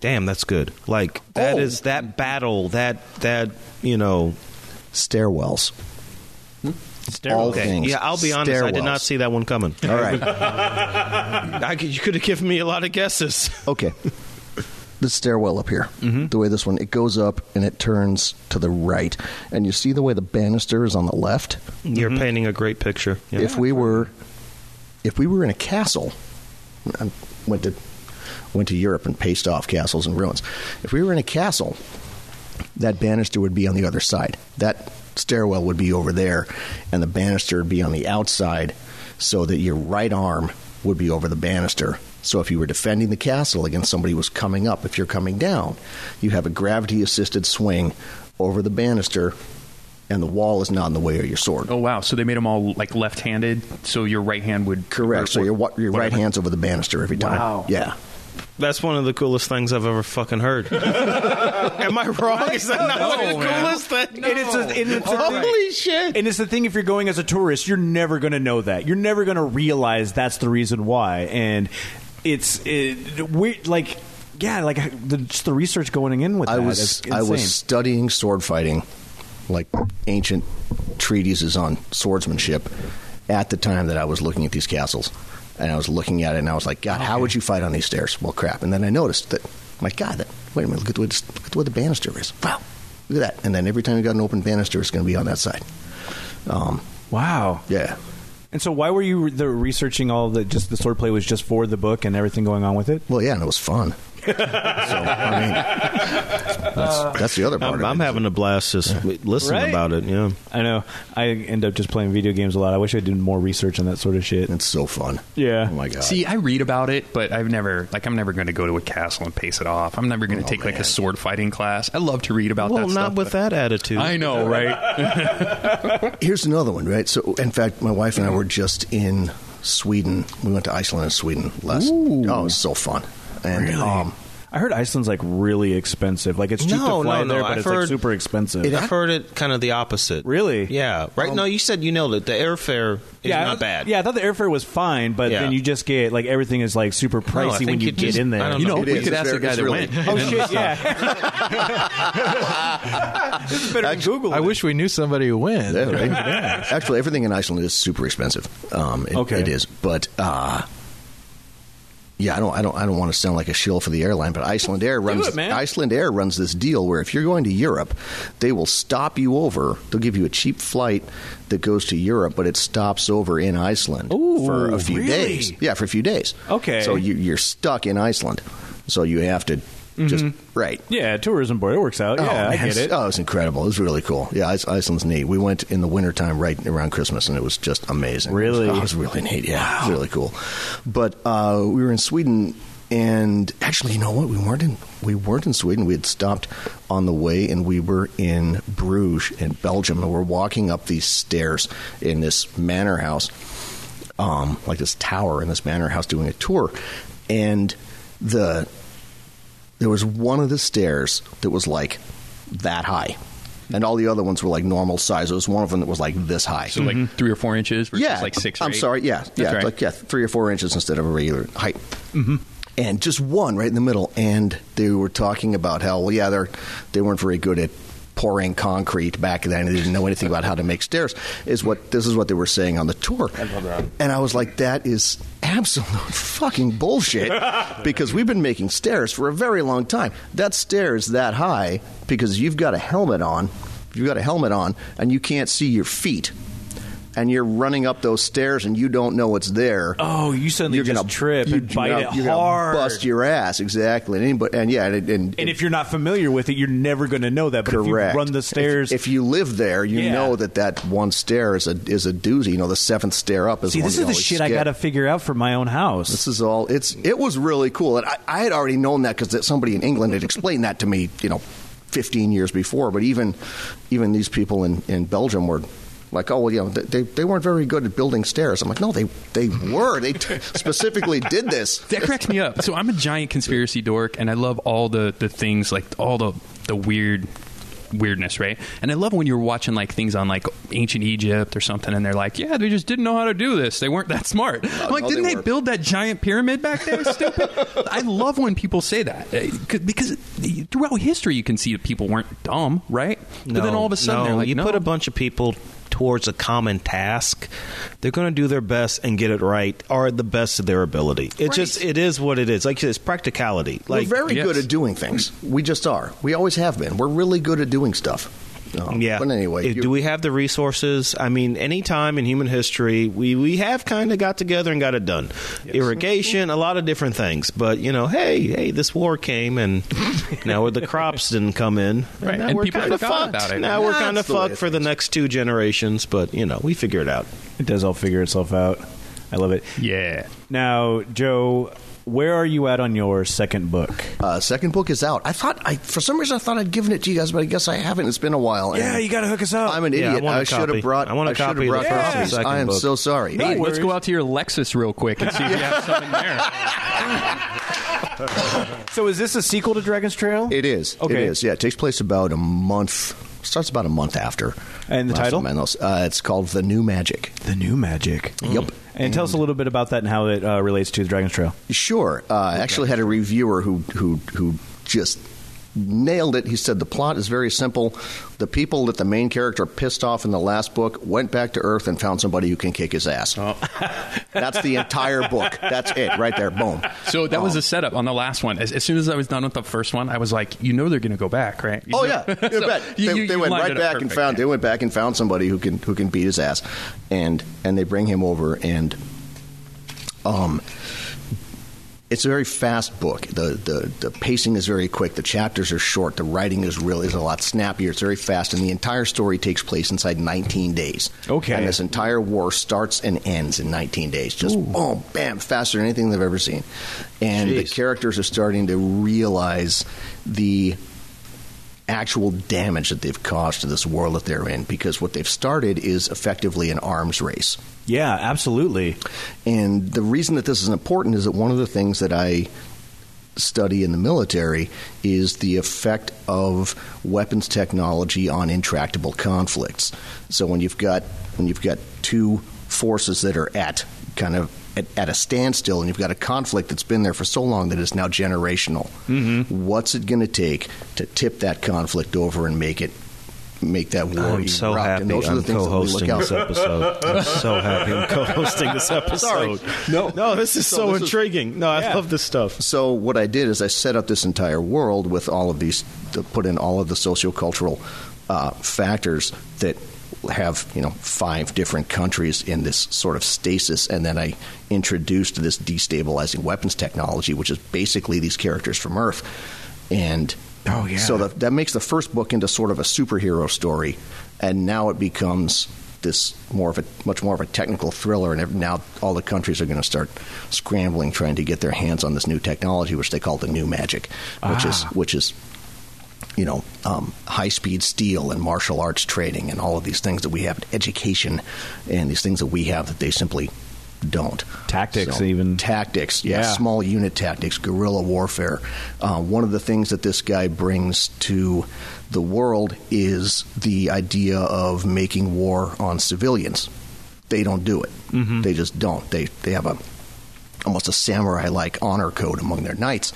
damn, that's good. Like that is Oh. that battle that that you know. Stairwells. All things. Hmm? Yeah, I'll be honest. I did not Stairwells. see that one coming. All right. I could- you could have given me a lot of guesses. Okay. The stairwell up here, the way this one, it goes up and it turns to the right. And you see the way the banister is on the left? You're painting a great picture. Mm-hmm. Yeah. If we were, if we were in a castle, I went to went to Europe and paced off castles and ruins. If we were in a castle, that banister would be on the other side. That stairwell would be over there, and the banister would be on the outside, so that your right arm would be over the banister. So if you were defending the castle against somebody who was coming up, if you're coming down, you have a gravity assisted swing over the banister, and the wall is not in the way of your sword. Oh wow! So they made them all like left-handed, so your right hand would Correct. So or- your wa- your right whatever. hand's over the banister every time. Wow. Yeah. That's one of the coolest things I've ever fucking heard. Am I wrong? Is that not one of the coolest thing? And it's a, and it's a Holy thing- shit! And it's the thing if you're going as a tourist, you're never going to know that. You're never going to realize that's the reason why. And it's it, we like yeah, like the, just the research going in with I that was is I was insane. studying sword fighting, like ancient treatises on swordsmanship, at the time that I was looking at these castles, and I was looking at it, and I was like, God, how would you fight on these stairs? Well, crap. And then I noticed that, my God, that wait a minute, look at the way, this, look at the, way the banister is. Wow, look at that. And then every time you got an open banister, it's going to be on that side. Um, wow. yeah. And so why were you re- the researching all the just the swordplay was just for the book and everything going on with it? Well, yeah, and it was fun. so I mean, that's, that's the other part. I'm, of I'm it. having a blast just listening Right? about it. Yeah. I know I end up just playing video games a lot. I wish I did more research on that sort of shit. It's so fun. Yeah. Oh my god. See, I read about it, but I've never like I'm never going to go to a castle and pace it off. I'm never going to take like a Oh, man. sword fighting class. I love to read about Well, that. not stuff, with but- that attitude. I know, right? here's another one, right? So, in fact, my wife and I were just in Sweden. We went to Iceland and Sweden last. Oh, it was so fun. And, Really? Um, I heard Iceland's like really expensive. Like it's cheap to No, fly no, no. there, but I've it's heard- like super expensive. It- I've heard it kind of the opposite. Really? Yeah. Right? no, you said you nailed it. The airfare is I not thought- bad. Yeah, I thought the airfare was fine, but Yeah. then you just get like everything is like super I pricey think when you it get just- in I there. don't You know. know, It we is. could ask the Very- guy it's that really- went. Oh shit! Yeah, it's better than Google. I wish we knew somebody who went. yeah, right? Actually, everything in Iceland is super expensive. Um, it, Okay. it is, but. Uh, yeah, I don't, I don't, I don't want to sound like a shill for the airline, but Iceland Air runs. it, man. Iceland Air runs this deal where if you're going to Europe, they will stop you over. They'll give you a cheap flight that goes to Europe, but it stops over in Iceland Ooh, for a few really? days. Yeah, for a few days. Okay. so you, you're stuck in Iceland, so you have to just Mm-hmm. right. Yeah, tourism board. It works out. Oh, Yeah, I man, get it's- it. Oh, it's incredible. It was really cool. Yeah, Ice- Iceland's neat. We went in the wintertime right around Christmas, and it was just amazing. Really? It was, oh, it was really neat. Yeah, it was really cool. But uh, we were in Sweden, and actually, you know what? We weren't in we weren't in Sweden. We had stopped on the way, and we were in Bruges in Belgium, and we're walking up these stairs in this manor house, um, like this tower in this manor house, doing a tour, and the there was one of the stairs that was like that high, and all the other ones were like normal size. There was one of them that was like this high. Mm-hmm. So Mm-hmm. like three or four inches versus yeah, like six. Or I'm eight. sorry. Yeah, That's yeah, right. like yeah, three or four inches instead of a regular height. Mm-hmm. And just one right in the middle. And they were talking about how well, yeah, they're they weren't very good at pouring concrete back then. They didn't know anything about how to make stairs. Is what this is what they were saying on the tour. And I was like, that is absolute fucking bullshit because we've been making stairs for a very long time. That stair is that high because you've got a helmet on. You've got a helmet on, and you can't see your feet and you're running up those stairs and you don't know it's there. Oh, you suddenly you're just gonna trip and bite you're it you're gonna hard. bust your ass exactly. And anybody, and yeah, and, and, and if you're not familiar with it, you're never going to know that. But if correct, you run the stairs, If, if you live there, you Yeah. know that that one stair is a is a doozy. You know, the seventh stair up is see, one this you is the always shit I skip. got to figure out for my own house. This is all. It's it was really cool, and I, I had already known that because somebody in England had explained that to me, you know, 15 years before. But even even these people in, in Belgium were like, oh well, you know, they, they weren't very good at building stairs. I'm like, no, they they were. They t- specifically did this. that cracks me up. So I'm a giant conspiracy dork, and I love all the the things like all the the weird weirdness, right? And I love when you're watching like things on like ancient Egypt or something, and they're like, yeah, they just didn't know how to do this. They weren't that smart. Oh, I'm like, no, didn't they they, weren't." build that giant pyramid back there? Stupid. I love when people say that eh, 'cause- because throughout history you can see that people weren't dumb, right? but then all of a sudden no. they're like, you no. put a bunch of people towards a common task, they're going to do their best and get it right, or the best of their ability. It just it is what it is. Like it's practicality. Like We're very yes. good at doing things. We just are. We always have been. We're really good at doing stuff. Um, yeah. But anyway, If- you- do we have the resources? I mean, any time in human history, we, we have kind of got together and got it done. Irrigation, a lot of different things. But you know, hey, hey, this war came, and now the crops didn't come in. Right, now and we're people kinda forgot fucked. about it. Now we're That's kind of the way fucked it for the next two generations. But you know, we figure it out. It does all figure itself out. I love it. yeah. Now, Joe, where are you at on your second book? uh, second book is out. I thought I for some reason I thought I'd given it to you guys, but I guess I haven't. It's been a while. and Yeah, you gotta hook us up. I'm an Yeah, I idiot. want a I should copy. have brought. I want a should have copy of brought the first and copies. second I am book. so sorry. Hey, let's go out to your Lexus real quick and see if you have something there. So, is this a sequel to Dragon's Trail? It is. Okay. It is. Yeah, it takes place about a month. Starts about a month after. And the Last title? time I know. Uh, it's called The New Magic. The new magic. Yep. And, tell us a little bit about that and how it uh, relates to Dragon's Trail. Sure. Uh, I actually had a reviewer who who who just nailed it. He said the plot is very simple. The people that the main character pissed off in the last book went back to Earth and found somebody who can kick his ass. Oh. That's the entire book. That's it right there. Boom. So that was Um, a setup on the last one. As, as soon as I was done with the first one, I was like, you know, they're going to go back, right? You Oh know? yeah, you So bet. you- they, you- they you went lined right it up back and perfect, found. yeah. They went back and found somebody who can who can beat his ass, and and they bring him over and, um, it's a very fast book. the the The pacing is very quick. The chapters are short. The writing is really is a lot snappier. It's very fast, and the entire story takes place inside 19 days. Okay. and this entire war starts and ends in 19 days. Just boom, bam, faster than anything they've ever seen. And the Jeez. characters are starting to realize the actual damage that they've caused to this world that they're in because what they've started is effectively an arms race. Yeah, absolutely. And the reason that this is important is that one of the things that I study in the military is the effect of weapons technology on intractable conflicts. So when you've got when you've got two forces that are at kind of at, at a standstill and you've got a conflict that's been there for so long that it's now generational. Mm-hmm. What's it going to take to tip that conflict over and make it make that war I'm so erupt? happy and those are the I'm things that we look co-hosting out this for. episode. I'm so happy I'm co-hosting this episode. No, no, this is so, this is- intriguing. no, I love this stuff. So what I did is I set up this entire world with all of these, to put in all of the sociocultural uh, factors that have you know five different countries in this sort of stasis, and then I introduced this destabilizing weapons technology, which is basically these characters from Earth, and Oh, yeah. so the, that makes the first book into sort of a superhero story, and now it becomes this more of a much more of a technical thriller. And ev- now all the countries are going to start scrambling, trying to get their hands on this new technology, which they call the new magic, which is Ah. which is you know um, high speed steel and martial arts training and all of these things that we have, education, and these things that we have that they simply don't Tactics, even. tactics yeah, Yeah. small unit tactics, guerrilla warfare. Uh, one of the things that this guy brings to the world is the idea of making war on civilians. They don't do it. Mm-hmm. They just don't. They they have a almost a samurai like honor code among their knights.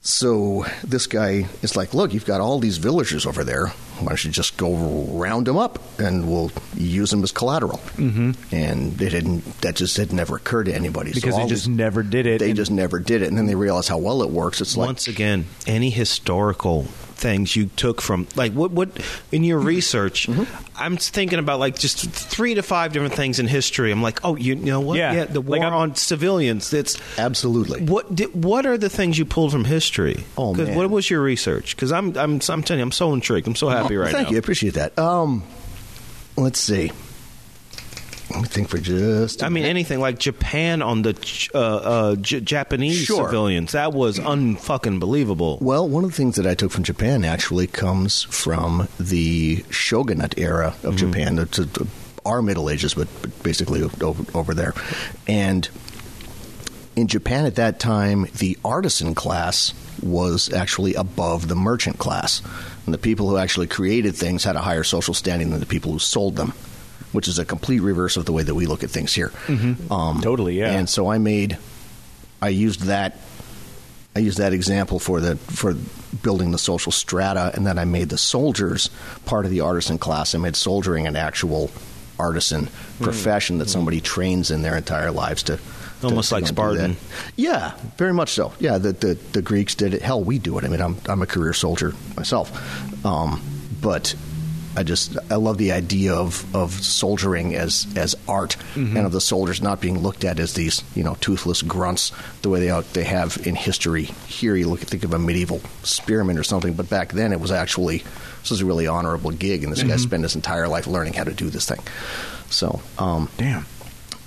So this guy is like, look, you've got all these villagers over there. Why don't you just go round them up and we'll use them as collateral? Mm-hmm. And it hadn't, that just had never occurred to anybody. So Because they all just these- never did it. They And- just never did it. And then they realize how well it works. It's like, Once again, any historical things you took from like what what in your research Mm-hmm. i'm thinking about like just three to five different things in history i'm like oh you, you know what Yeah. the war Like, I'm- on civilians that's absolutely. What did, what are the things you pulled from history? Oh, 'Cause man. what was your research? Because I'm I'm I'm telling you, I'm so intrigued. I'm so happy Oh, right thank now. you. I appreciate that. Um, let's see. Let me think for just. a I mean, minute. anything like Japan on the Ch- uh, uh, J- Japanese Sure. civilians that was unfucking believable. Well, one of the things that I took from Japan actually comes from the shogunate era Mm-hmm. of Japan, the, to, to our Middle Ages, but, but basically o- over, over there. And in Japan at that time, the artisan class was actually above the merchant class. and the people who actually created things had a higher social standing than the people who sold them, which is a complete reverse of the way that we look at things here. Um, Mm-hmm. Totally, yeah. And so I made, I used that, I used that example for the for building the social strata, and then I made the soldiers part of the artisan class. I made soldiering an actual artisan Hmm. profession that somebody trains in their entire lives to. to- Almost to like go do Spartan. that. Yeah, very much so. Yeah, the, the the Greeks did it. Hell, we do it. I mean, I'm I'm a career soldier myself, um, but I just I love the idea of of soldiering as as art and of the soldiers not being looked at as these you know toothless grunts the way they are, they have in history. Here, you look think of a medieval spearman or something, but back then it was actually this is a really honorable gig, and this guy spent his entire life learning how to do this thing. So, um, Damn.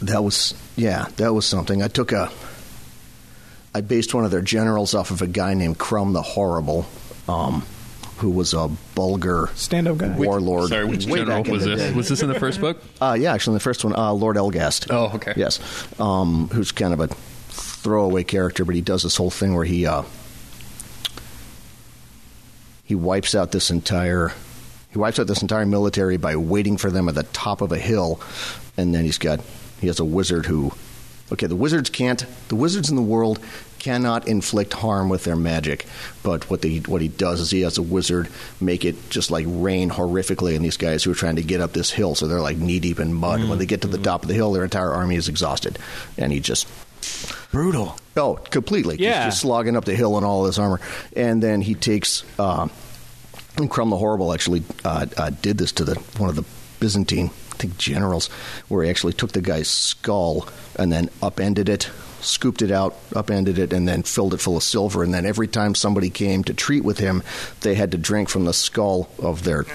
that was yeah, that was something. I took a I based one of their generals off of a guy named Crumb the Horrible, um, who was a Bulgar Stand-up guy. Which- warlord. Sorry, which way general back in was the this? day. Was this in the first book? Uh, yeah, actually, in the first one, uh, Lord Elgast. Oh, okay. Yes, um, who's kind of a throwaway character, but he does this whole thing where he uh, he wipes out this entire he wipes out this entire military by waiting for them at the top of a hill, and then he's got he has a wizard who okay the wizards can't the wizards in the world cannot inflict harm with their magic, but what they what he does is he has a wizard make it just like rain horrifically on these guys who are trying to get up this hill, so they're like knee deep in mud. And when they get to Mm-hmm. the top of the hill, their entire army is exhausted, and he just Brutal. Oh, completely. Just- Yeah. Just, slogging up the hill in all his armor. And then he takes. Uh, and Crumb the Horrible actually uh, uh, did this to the one of the Byzantine, I think, generals, where he actually took the guy's skull and then upended it, scooped it out, upended it, and then filled it full of silver. And then every time somebody came to treat with him, they had to drink from the skull of their.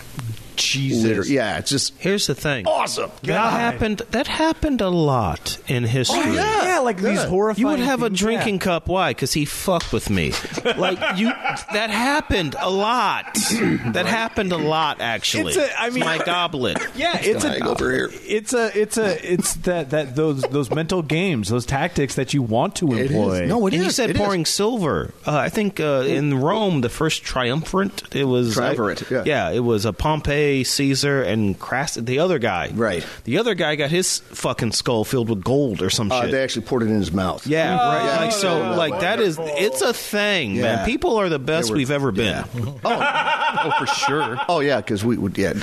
Jesus. litter. Yeah, it's just Here's the thing. awesome. That happened. That happened a lot in history. yeah. Yeah, like these Yeah. horrifying. You would have a things- drinking yeah. cup. Why? Because he fucked with me. like you, that happened a lot. That happened a lot, actually. It's a- I mean- my goblet. Yeah, it's a hangover here. It's a it's a it's that that those those mental games, those tactics that you want to It is. employ. No, it and is. you said It is. pouring silver. Uh, I think uh, in Rome, the first triumvirate, it was Triumvirate, yeah. it was a Pompey, Caesar, and Cras- the other guy. Right. The other guy got his fucking skull filled with gold or some Uh, shit. they actually poured it in his mouth. yeah, right. Yeah, like I so, know that like one. that is, it's a thing, Yeah. man. People are the best They were- we've ever been. Oh, for sure. Oh yeah, because we would. Yeah,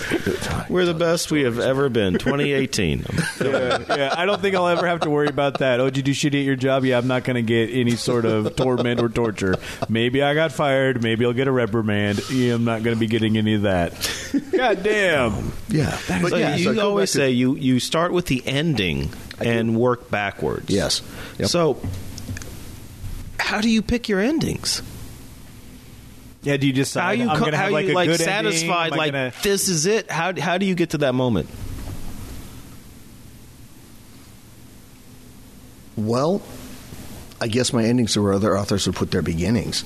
We're the best we have ever been. 2018. yeah, I don't think I'll ever have to worry about that. Oh, did you do shitty at your job? Yeah, I'm not going to get any sort of torment or torture. Maybe I got fired. Maybe I'll get a reprimand. Yeah, I'm not going to be getting any of that. God damn. yeah. But So yeah, so you go always back to- say you, you start with the ending and work backwards. Yes. Yep. So, how do you pick your endings? Yeah, do you just how decide, you I'm co- going to how have like you a like good ending? Am satisfied I like gonna- this is it? How how do you get to that moment? Well, I guess my endings are where other authors would put their beginnings.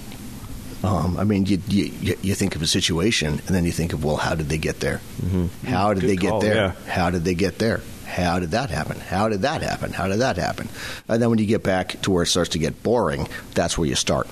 Um, I mean, you, you you- you think of a situation, and then you think of, well, how did they get there? How did Mm-hmm. Good they get call, there? yeah. How did they get there? How did that happen? How did that happen? How did that happen? And then when you get back to where it starts to get boring, that's where you start.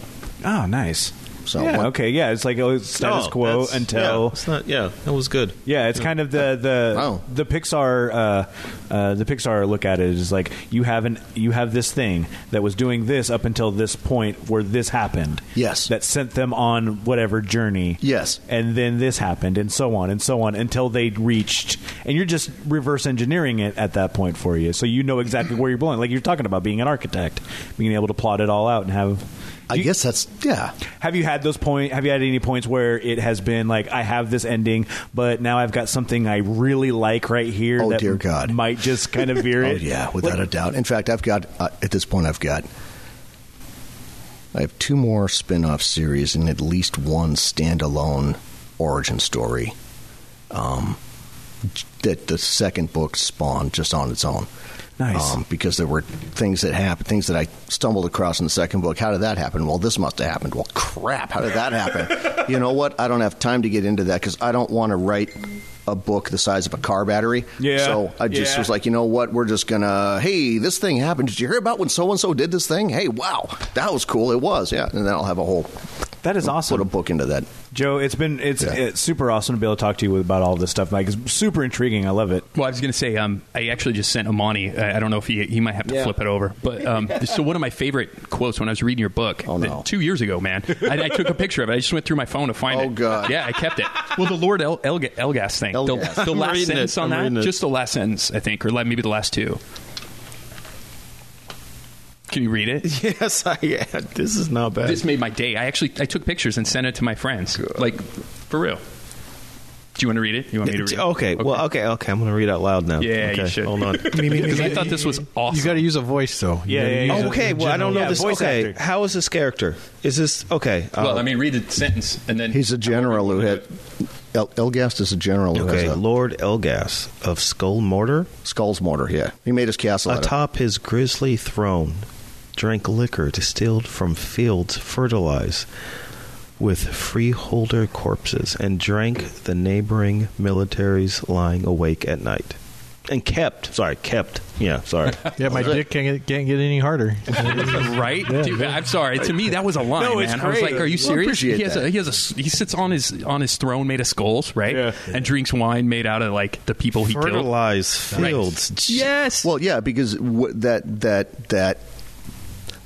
Oh, nice. So yeah, what- okay, yeah, it's like oh, it's status Oh, quo that's- yeah, until it's not. Yeah, that was good. Yeah, it's kind of the the Wow. the Pixar uh, uh, the Pixar look at it is like you have an you have this thing that was doing this up until this point where this happened. Yes. that sent them on whatever journey. Yes. and then this happened, and so on and so on until they reached. And you're just reverse engineering it at that point for you, so you know exactly where you're blowing. Like you're talking about being an architect, being able to plot it all out and have. I You- guess that's yeah. have you had those point? Have you had any points where it has been like I have this ending, but now I've got something I really like right here? Oh, that dear God. Might just kind of veer Oh it. yeah, without a doubt. In fact, I've got uh, at this point I've got I have two more spin-off series and at least one standalone origin story. Um that the second book spawned just on its own. Um, Nice. because there were things that happened, things that I stumbled across in the second book. How did that happen? Well, this must have happened. Well, crap, how did that happen? you know what? I don't have time to get into that because I don't want to write a book the size of a car battery. Yeah. So I just Yeah. was like, you know what? We're just gonna. Hey, this thing happened. Did you hear about when so and so did this thing? Hey, wow, that was cool. It was. Yeah. And then I'll have a whole That is awesome. Put a book into that. Joe, it's been it's, Yeah. it's super awesome to be able to talk to you about all this stuff, Mike. It's super intriguing. I love it. Well, I was going to say, um, I actually just sent Amani. I, I don't know if he he might have to Yeah. flip it over, but um, so one of my favorite quotes when I was reading your book, Oh, that- no. two years ago, man, I, I took a picture of it. I just went through my phone to find Oh, it. God. yeah, I kept it. Well, the Lord El- Elga- Elgas thing, Elgas. the, the I'm last reading sentence it. on I'm reading that, it. just the last sentence, I think, or like maybe the last two. Can you read it? Yes, I, yeah, this is not bad. This made my day. I actually I took pictures and sent it to my friends, like for real. Do you want to read it? You want me to read it? okay, well, okay, okay. I'm going to read out loud now. Yeah, okay, you should. Hold on. Because I thought this was awesome. You got to use a voice though. You Yeah, gotta yeah, use yeah. a- okay, a well, I don't know Yeah, this. voice Okay, actor. how is this character? Is this okay? uh, Well, I mean, read the sentence and then He's a general who had. El, Elgast is a general who okay. has a Lord Elgas of Skull Mortar, skull's mortar. Yeah, he made his castle. out of it. atop his grisly throne, drank liquor distilled from fields fertilized with freeholder corpses, and drank the neighboring militaries lying awake at night, and kept. Sorry, kept. Yeah, sorry. Yeah, my dick can't get, can't get any harder. right? Dude, I'm sorry. To me, that was a line, No, it's man. I was great. like, "Are you Well, serious?" appreciate he has that. a he has a s- he sits on his on his throne made of skulls, right? Yeah. And drinks wine made out of like the people Oh, he killed. Fertilized Right. fields. Yes. Well, yeah, because w- that that that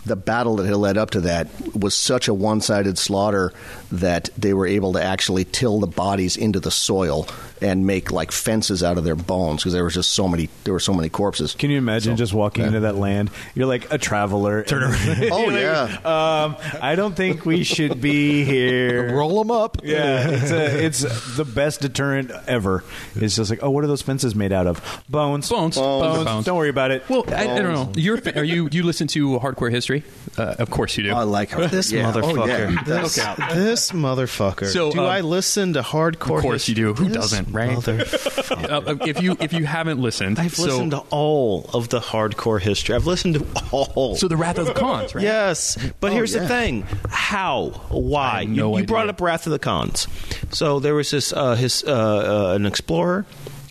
the battle that had led up to that was such a one-sided slaughter that they were able to actually till the bodies into the soil and make like fences out of their bones because there was just so many there were so many corpses. Can you imagine So, just walking yeah. into that land? You're like a traveler. Turn around. Oh, Um, I don't think we should be here. Roll them up. Yeah, it's, a, it's the best deterrent ever. It's just like, oh, what are those fences made out of? Bones. Bones. Bones. Bones. Bones. Don't worry about it. well, I, I don't know. You're a fan- are you you listen to hardcore history? Uh, of course you do. I like her. This Yeah. Oh, motherfucker. yeah. This, this motherfucker. So, do um, I listen to hardcore? of course you do. Who This doesn't, right? motherfucker. Uh, if you if you haven't listened, I've so, listened to all of the hardcore history. I've listened to all. so the Wrath of the Cons, right? Yes, but Oh, here's the yeah. thing: how, why? I have You- no you, brought idea. up Wrath of the Cons. So there was this uh, his uh, uh, an explorer,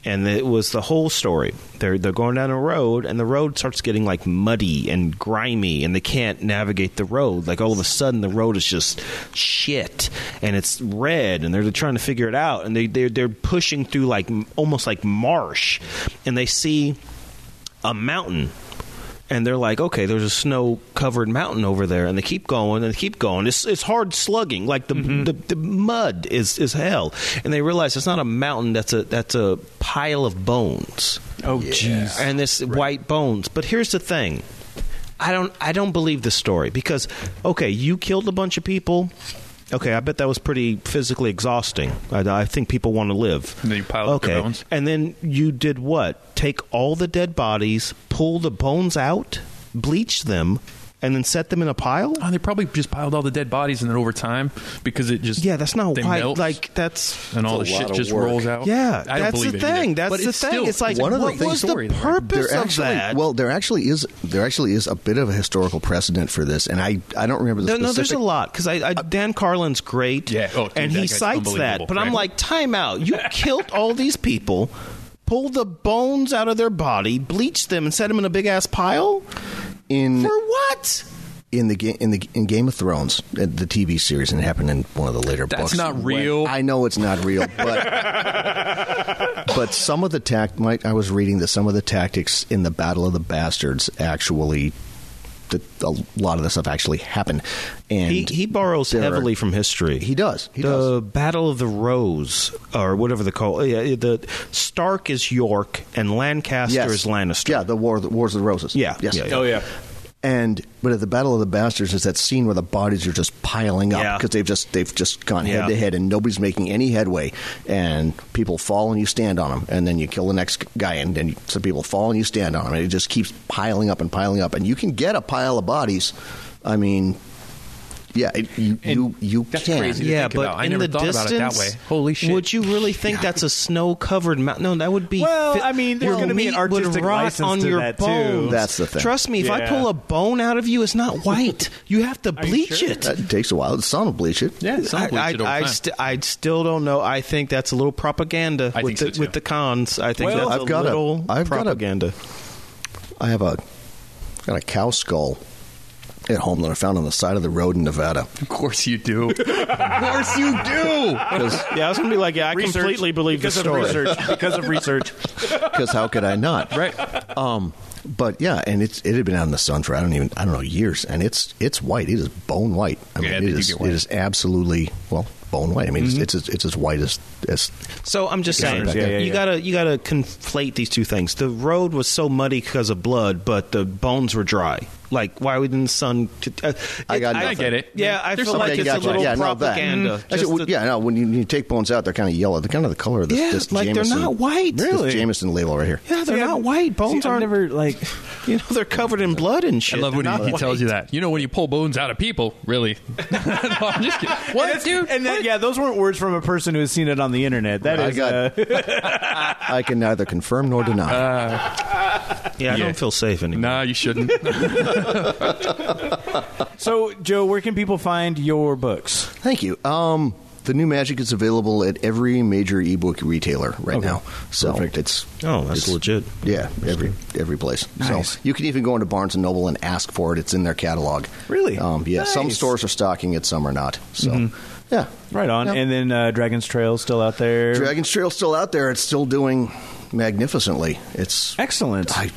and it was the whole story. They're they're going down a road, and the road starts getting like muddy and grimy, and they can't navigate the road. Like all of a sudden, the road is just shit, and it's red, and they're trying to figure it out, and they they're, they're pushing through like m- almost like marsh, and they see a mountain. And they're like, okay, there's a snow covered mountain over there. And they keep going and they keep going. It's, it's hard slugging. Like the, Mm-hmm. the, the mud is, is hell. And they realize it's not a mountain, that's a, that's a pile of bones. Oh, jeez. And this white bones. But here's the thing I don't, I don't believe the story because, okay, you killed a bunch of people. Okay, I bet that was pretty physically exhausting. I, I think people want to live. And then you pile up their bones. And then you did what? Take all the dead bodies, pull the bones out, bleach them, and then set them in a pile? Oh, they probably just piled all the dead bodies and then over time because it just Yeah, that's not they why. melt. Like that's and all the That's a lot shit of just work. rolls out. yeah, I don't that's believe the it thing. either. That's But the it's thing. still- it's like one of the what things- was story, the though. purpose there actually, of that? Well, there actually is there actually is a bit of a historical precedent for this, and I I don't remember the No, specific. no, there's a lot because I, I, Dan Carlin's great, Uh, Yeah, oh, dude, and that he guy's cites that. unbelievable, But I'm right? like, time out! You killed all these people, pulled the bones out of their body, bleached them, and set them in a big ass pile in for what? in the game in the in Game of Thrones, uh, the TV series, and it happened in one of the later That's books. not real. I know it's not real, but but some of the tact. My, I was reading that some of the tactics in the Battle of the Bastards actually. That a lot of this stuff actually happened, and He, he borrows there are- heavily from history. He does. He does. the Battle of the Rose, or whatever the call. Yeah, the Stark is York, and Lancaster Yes. is Lannister. Yeah, the War, the Wars of the Roses. Yeah. Yes. Yeah, yeah. Oh, yeah. And but at the Battle of the Bastards is that scene where the bodies are just piling up Yeah. because they've just they've just gone Yeah. head to head and nobody's making any headway and people fall and you stand on them and then you kill the next guy and then some people fall and you stand on them and it just keeps piling up and piling up and you can get a pile of bodies. I mean, yeah, it, you, you you that's can. crazy. to yeah, think but about. I in never the thought about distance, it that way. Holy shit. Would you really think that's a snow-covered mountain? No, that would be. Well, fi- I mean, there's your gonna be an meat would artistic rot license on to your that, too. bones. That's the thing. Trust me, if I Yeah. pull a bone out of you, it's not white. you have to bleach it. That takes a while. Some will bleach it. Yeah, some bleach I, it over I, I, time. st- I still don't know. I think that's a little propaganda I with think so, the too. with the cons. I think Well, that's a I've got a- little I've got a- propaganda. I have a got a cow skull at home that I found on the side of the road in Nevada. Of course you do. of course you do. 'Cause- Yeah, I was gonna be like, yeah, I Research. completely believe because the story. of research. Because of research. because how could I not? Right. Um, but yeah, and it's it had been out in the sun for I don't even I don't know years, and it's it's white. It is bone white. I mean, Yeah, it they do is get white. it is absolutely well bone white. I mean, it's, it's it's as white as as So I'm just Yeah, saying, yeah, yeah, you yeah. gotta you gotta conflate these two things. The road was so muddy because of blood, but the bones were dry. Like, why wouldn't the sun? T- uh, I got I nothing. get it. Yeah, I There's feel like something it's I a got little yeah, no, that. propaganda. Mm. Actually, Just well, the- yeah, no, when you, you take bones out, they're kind of yellow. They're kind of the color of this. Yeah, this like they're Jameson, not white. this Really? Jameson label right here. yeah, they're not white. Bones See, I've aren't. never like. you know, they're covered in blood and I shit. love when They're he, not he tells you white. that. You know, when you pull bones out of people, really. no, I'm just kidding. What, dude? And then, yeah, those weren't words from a person who has seen it on the internet. That is. I got. uh, I can neither confirm nor deny. Yeah, I Yeah. don't feel safe anymore. nah, you shouldn't. so, Joe, where can people find your books? Thank you. Um, the new magic is available at every major ebook retailer right now. So it's Oh, that's it's- legit. Yeah, every every place. So you can even go into Barnes and Noble and ask for it. It's in their catalog. Really? Um, yeah. Some Nice. Mm-hmm. stores are stocking it, some are not. So yeah, Right on. Yeah. And then uh, Dragon's Trail still out there. Dragon's Trail's still out there. It's still doing magnificently. It's Excellent. I,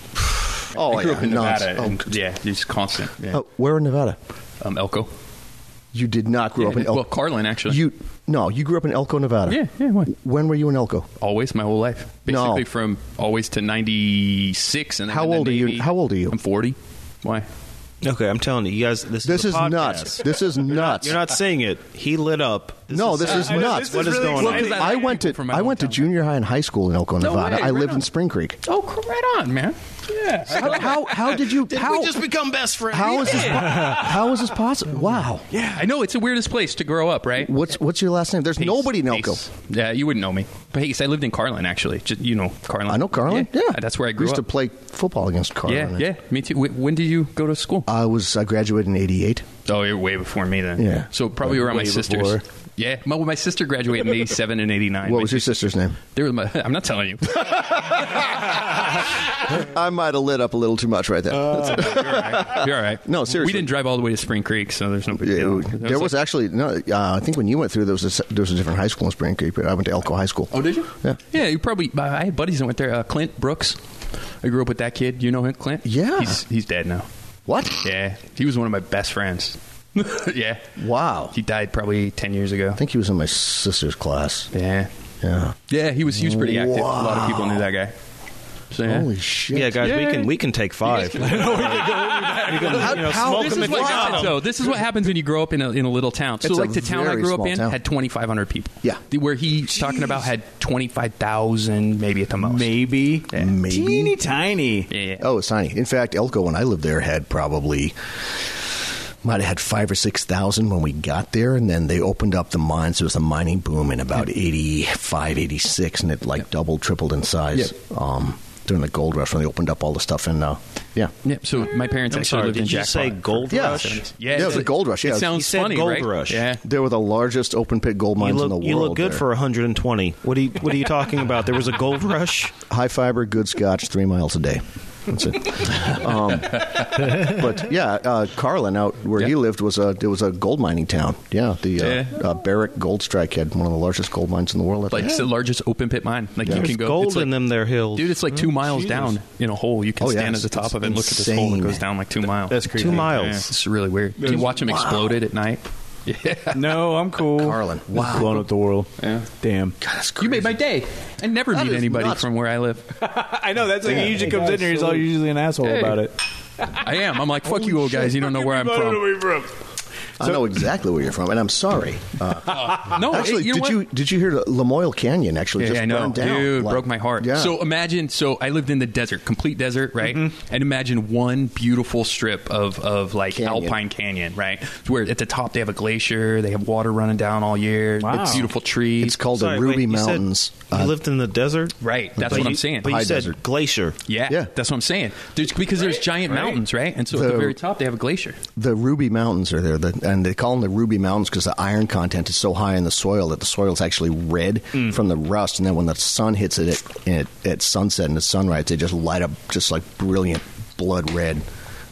oh, I grew yeah, up in oh, nuts. Nevada. Oh, and- yeah, it's constant. Yeah. uh, where in Nevada? Um, Elko. You did not grow up in Yeah, Elko. well, Carlin, actually. You no, you grew up in Elko, Nevada. Yeah, yeah, why? When were you in Elko? Always, my whole life. No. Basically from always to 96. And then- How and then old are you- maybe- how old are you? I'm 40. Why? Okay, I'm telling you, you guys, this, This a is podcast. nuts. This is nuts. You're not saying it. He lit up. no, this is what- nuts. What is really going on? exciting. I went to From my I went to hometown. junior high and high school in Elko, Nevada. way, I right lived on. in Spring Creek. Oh, cr- right on, man. Yeah. How how, how did you? how we just become best friends? how is this? po- How is this possible? Wow. Yeah, I know. It's the weirdest place to grow up, right? What's what's your last name? There's Pace. nobody in Elko. Pace. Yeah, you wouldn't know me. Pace. I lived in Carlin, actually. Just, you know Carlin. I know Carlin. Yeah, That's where I grew used up. to play football against yeah, Carlin. yeah, me too. Wh- When did you go to school? I was I graduated in '88. Oh, you're way before me then. Yeah. So probably Way around my sister's. before. Yeah. My, my sister graduated in 87 and 89. What My was your sister- sister's name? There was my, I'm not telling you. I might have lit up a little too much right there. You're all right. You're all right. No, We seriously. didn't drive all the way to Spring Creek, so there's no big Yeah, deal. it- there was like- actually no. Uh, I think when you went through, there was a, se- there was a different high school in Spring Creek, but I went to Elko High School. Oh, did you? Yeah. Yeah, you probably. I had buddies that went there. Uh, Clint Brooks. I grew up with that kid. You know him, Clint? Yeah. He's, he's dead now. What? Yeah, he was one of my best friends. yeah, Wow. he died probably ten years ago. I think he was in my sister's class. Yeah, Yeah. yeah, he was he was pretty active. A lot of Wow. people knew that guy. So, yeah. Holy shit. Yeah, guys, we Yeah. can we can take five. How- how- Oh, This is what happens, though. This is what happens when you grow up in a, in a little town. So, It's a like the town I very grew up small in town. had twenty five hundred people. Yeah. The- where he's talking about had twenty five thousand, maybe at the most. Maybe. Maybe. Teeny tiny. Yeah. Oh, it's tiny. In fact, Elko, when I lived there, had probably might have had five or six thousand when we got there, and then they opened up the mines. There was a mining boom in about 85, 86, and it like doubled, tripled in size. Um, during the gold rush, when they opened up all the stuff in, uh, yeah, Yeah, so my parents I'm actually sorry, lived in did you Jackpot say for- Gold Yeah. Rush? Yeah, Yeah, it was a gold rush, yeah. It He sounds said funny, gold right? rush. Yeah. they were the largest open pit gold You mines in the look, world. you look good there. for 120. What do you What are you talking about? There was a gold rush. high fiber, good scotch, three miles a day. That's it. um, but yeah, uh, Carlin out where he Yeah. lived was a it was a gold mining town. Yeah, the uh, Yeah. Uh, Barrick Gold Strike had one of the largest gold mines in the world. I Like think. it's the largest open pit mine. Like you There's can go. gold it's like- in them Mm, there hills. dude. It's like two miles down in a hole. You can Oh, yeah, stand at the it's- top it's of it and look at this hole that insane. goes down like two miles. That's crazy. Two Yeah, miles. it's really weird. Can you watch them explode it at night? Yeah. No, I'm cool. Carlin. This is Wow. Blowing up the world. Yeah. Damn. God, that's You crazy. made my day. I never That meet is anybody nuts. from where I live. I know. That's like he usually comes in here. He's all usually an asshole Hey. about it. I am. I'm like, fuck you, old guys. You don't know where I'm from. I know exactly where you're from, and I'm sorry. Uh, No, it- Oh, actually, you know did what? you did you hear that Lamoille Canyon actually Yeah, just I know, burned down? dude. Like- broke my heart. Yeah. So imagine. So I lived in the desert, complete desert, right? Mm-hmm. And imagine one beautiful strip of of like Canyon. alpine canyon, right? Where at the top they have a glacier, they have water running down all year. Wow. It's beautiful trees. it's called Sorry, the Ruby wait, you said Mountains. You Uh, lived in the desert, Right, that's what But you- I'm saying. But you High said desert. glacier. yeah, Yeah. that's what I'm saying. There's, because there's giant mountains, right? And so at the The- very top they have a glacier. the Ruby Mountains are there, the, and they call them the Ruby Mountains because the iron content is so high in the soil that the soil is actually red Mm. from the rust. And then when the sun hits it at, at, at sunset and the sunrise, they just light up just like brilliant blood red.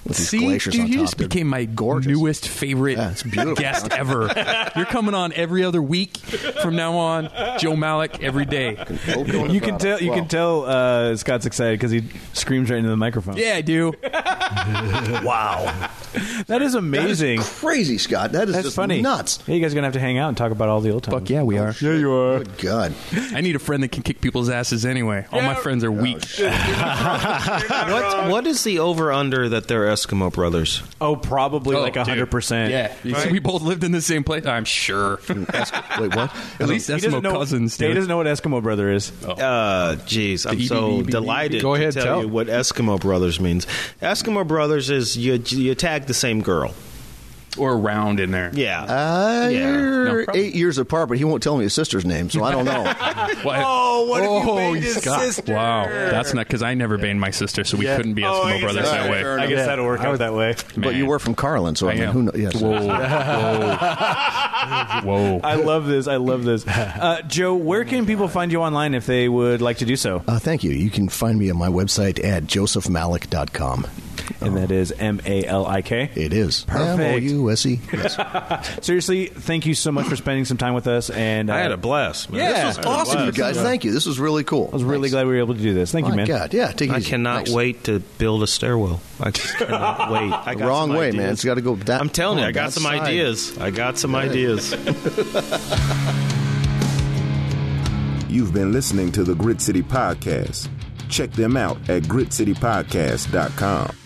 with these See, glaciers dude, on you top. just They're became my gorgeous. newest favorite Yeah, it's beautiful. guest ever. You're coming on every other week from now on. Joe Malik every day. Open You can about tell. it. You Well, can tell uh, Scott's excited because he screams right into the microphone. Yeah, I do. Wow, that is amazing. crazy, Scott. That is That's just funny. nuts. Yeah, you guys are gonna have to hang out and talk about all the old times. Fuck yeah, we are. yeah, you are. Good God. I need a friend that can kick people's asses anyway. All my friends are weak. What, what is the over under that they're Eskimo brothers? Oh, probably Oh, like dude. hundred percent. yeah, You see, we both lived in the same place. I'm sure. Wait, what? At least He that's doesn't my know- cousins. He dude. Oh, doesn't know what Eskimo brother is. Uh, jeez, I'm so delighted Go ahead, to tell, tell. you what Eskimo brothers means. Eskimo brothers is you you tag the same girl. or around in there. Yeah. Uh, Yeah. No you're problem. eight years apart, but he won't tell me his sister's name, so I don't know. What? Oh, what if you oh, banged his sister? Wow, that's not because I never banged my sister, so we couldn't be Oh, Eskimo brothers that's that right. way. Fair enough. I guess that'll work out that way. but you Man. were from Carlin, so I, I mean, am. who knows? Yes. Whoa, whoa, whoa. I love this. I love this. Uh, Joe, where can people find you online if they would like to do so? Uh, thank you. You can find me on my website at josephmalik.com. And that is M A L I K. It is. Perfect. M-O-U-S-E. Yes. Seriously, thank you so much for spending some time with us. And uh, I had a blast, man. Yeah. This was awesome, you awesome. guys. Thank you. This was really cool. I was really glad we were able to do this. Thank My you, man. God. Yeah, take it I easy. cannot Thanks. wait to build a stairwell. I just cannot wait. I got Wrong some way, ideas. man. It's got to go that I'm telling you, on I got that some side. ideas. I got some ideas. You've been listening to the Grid City Podcast. Check them out at gritcitypodcast.com.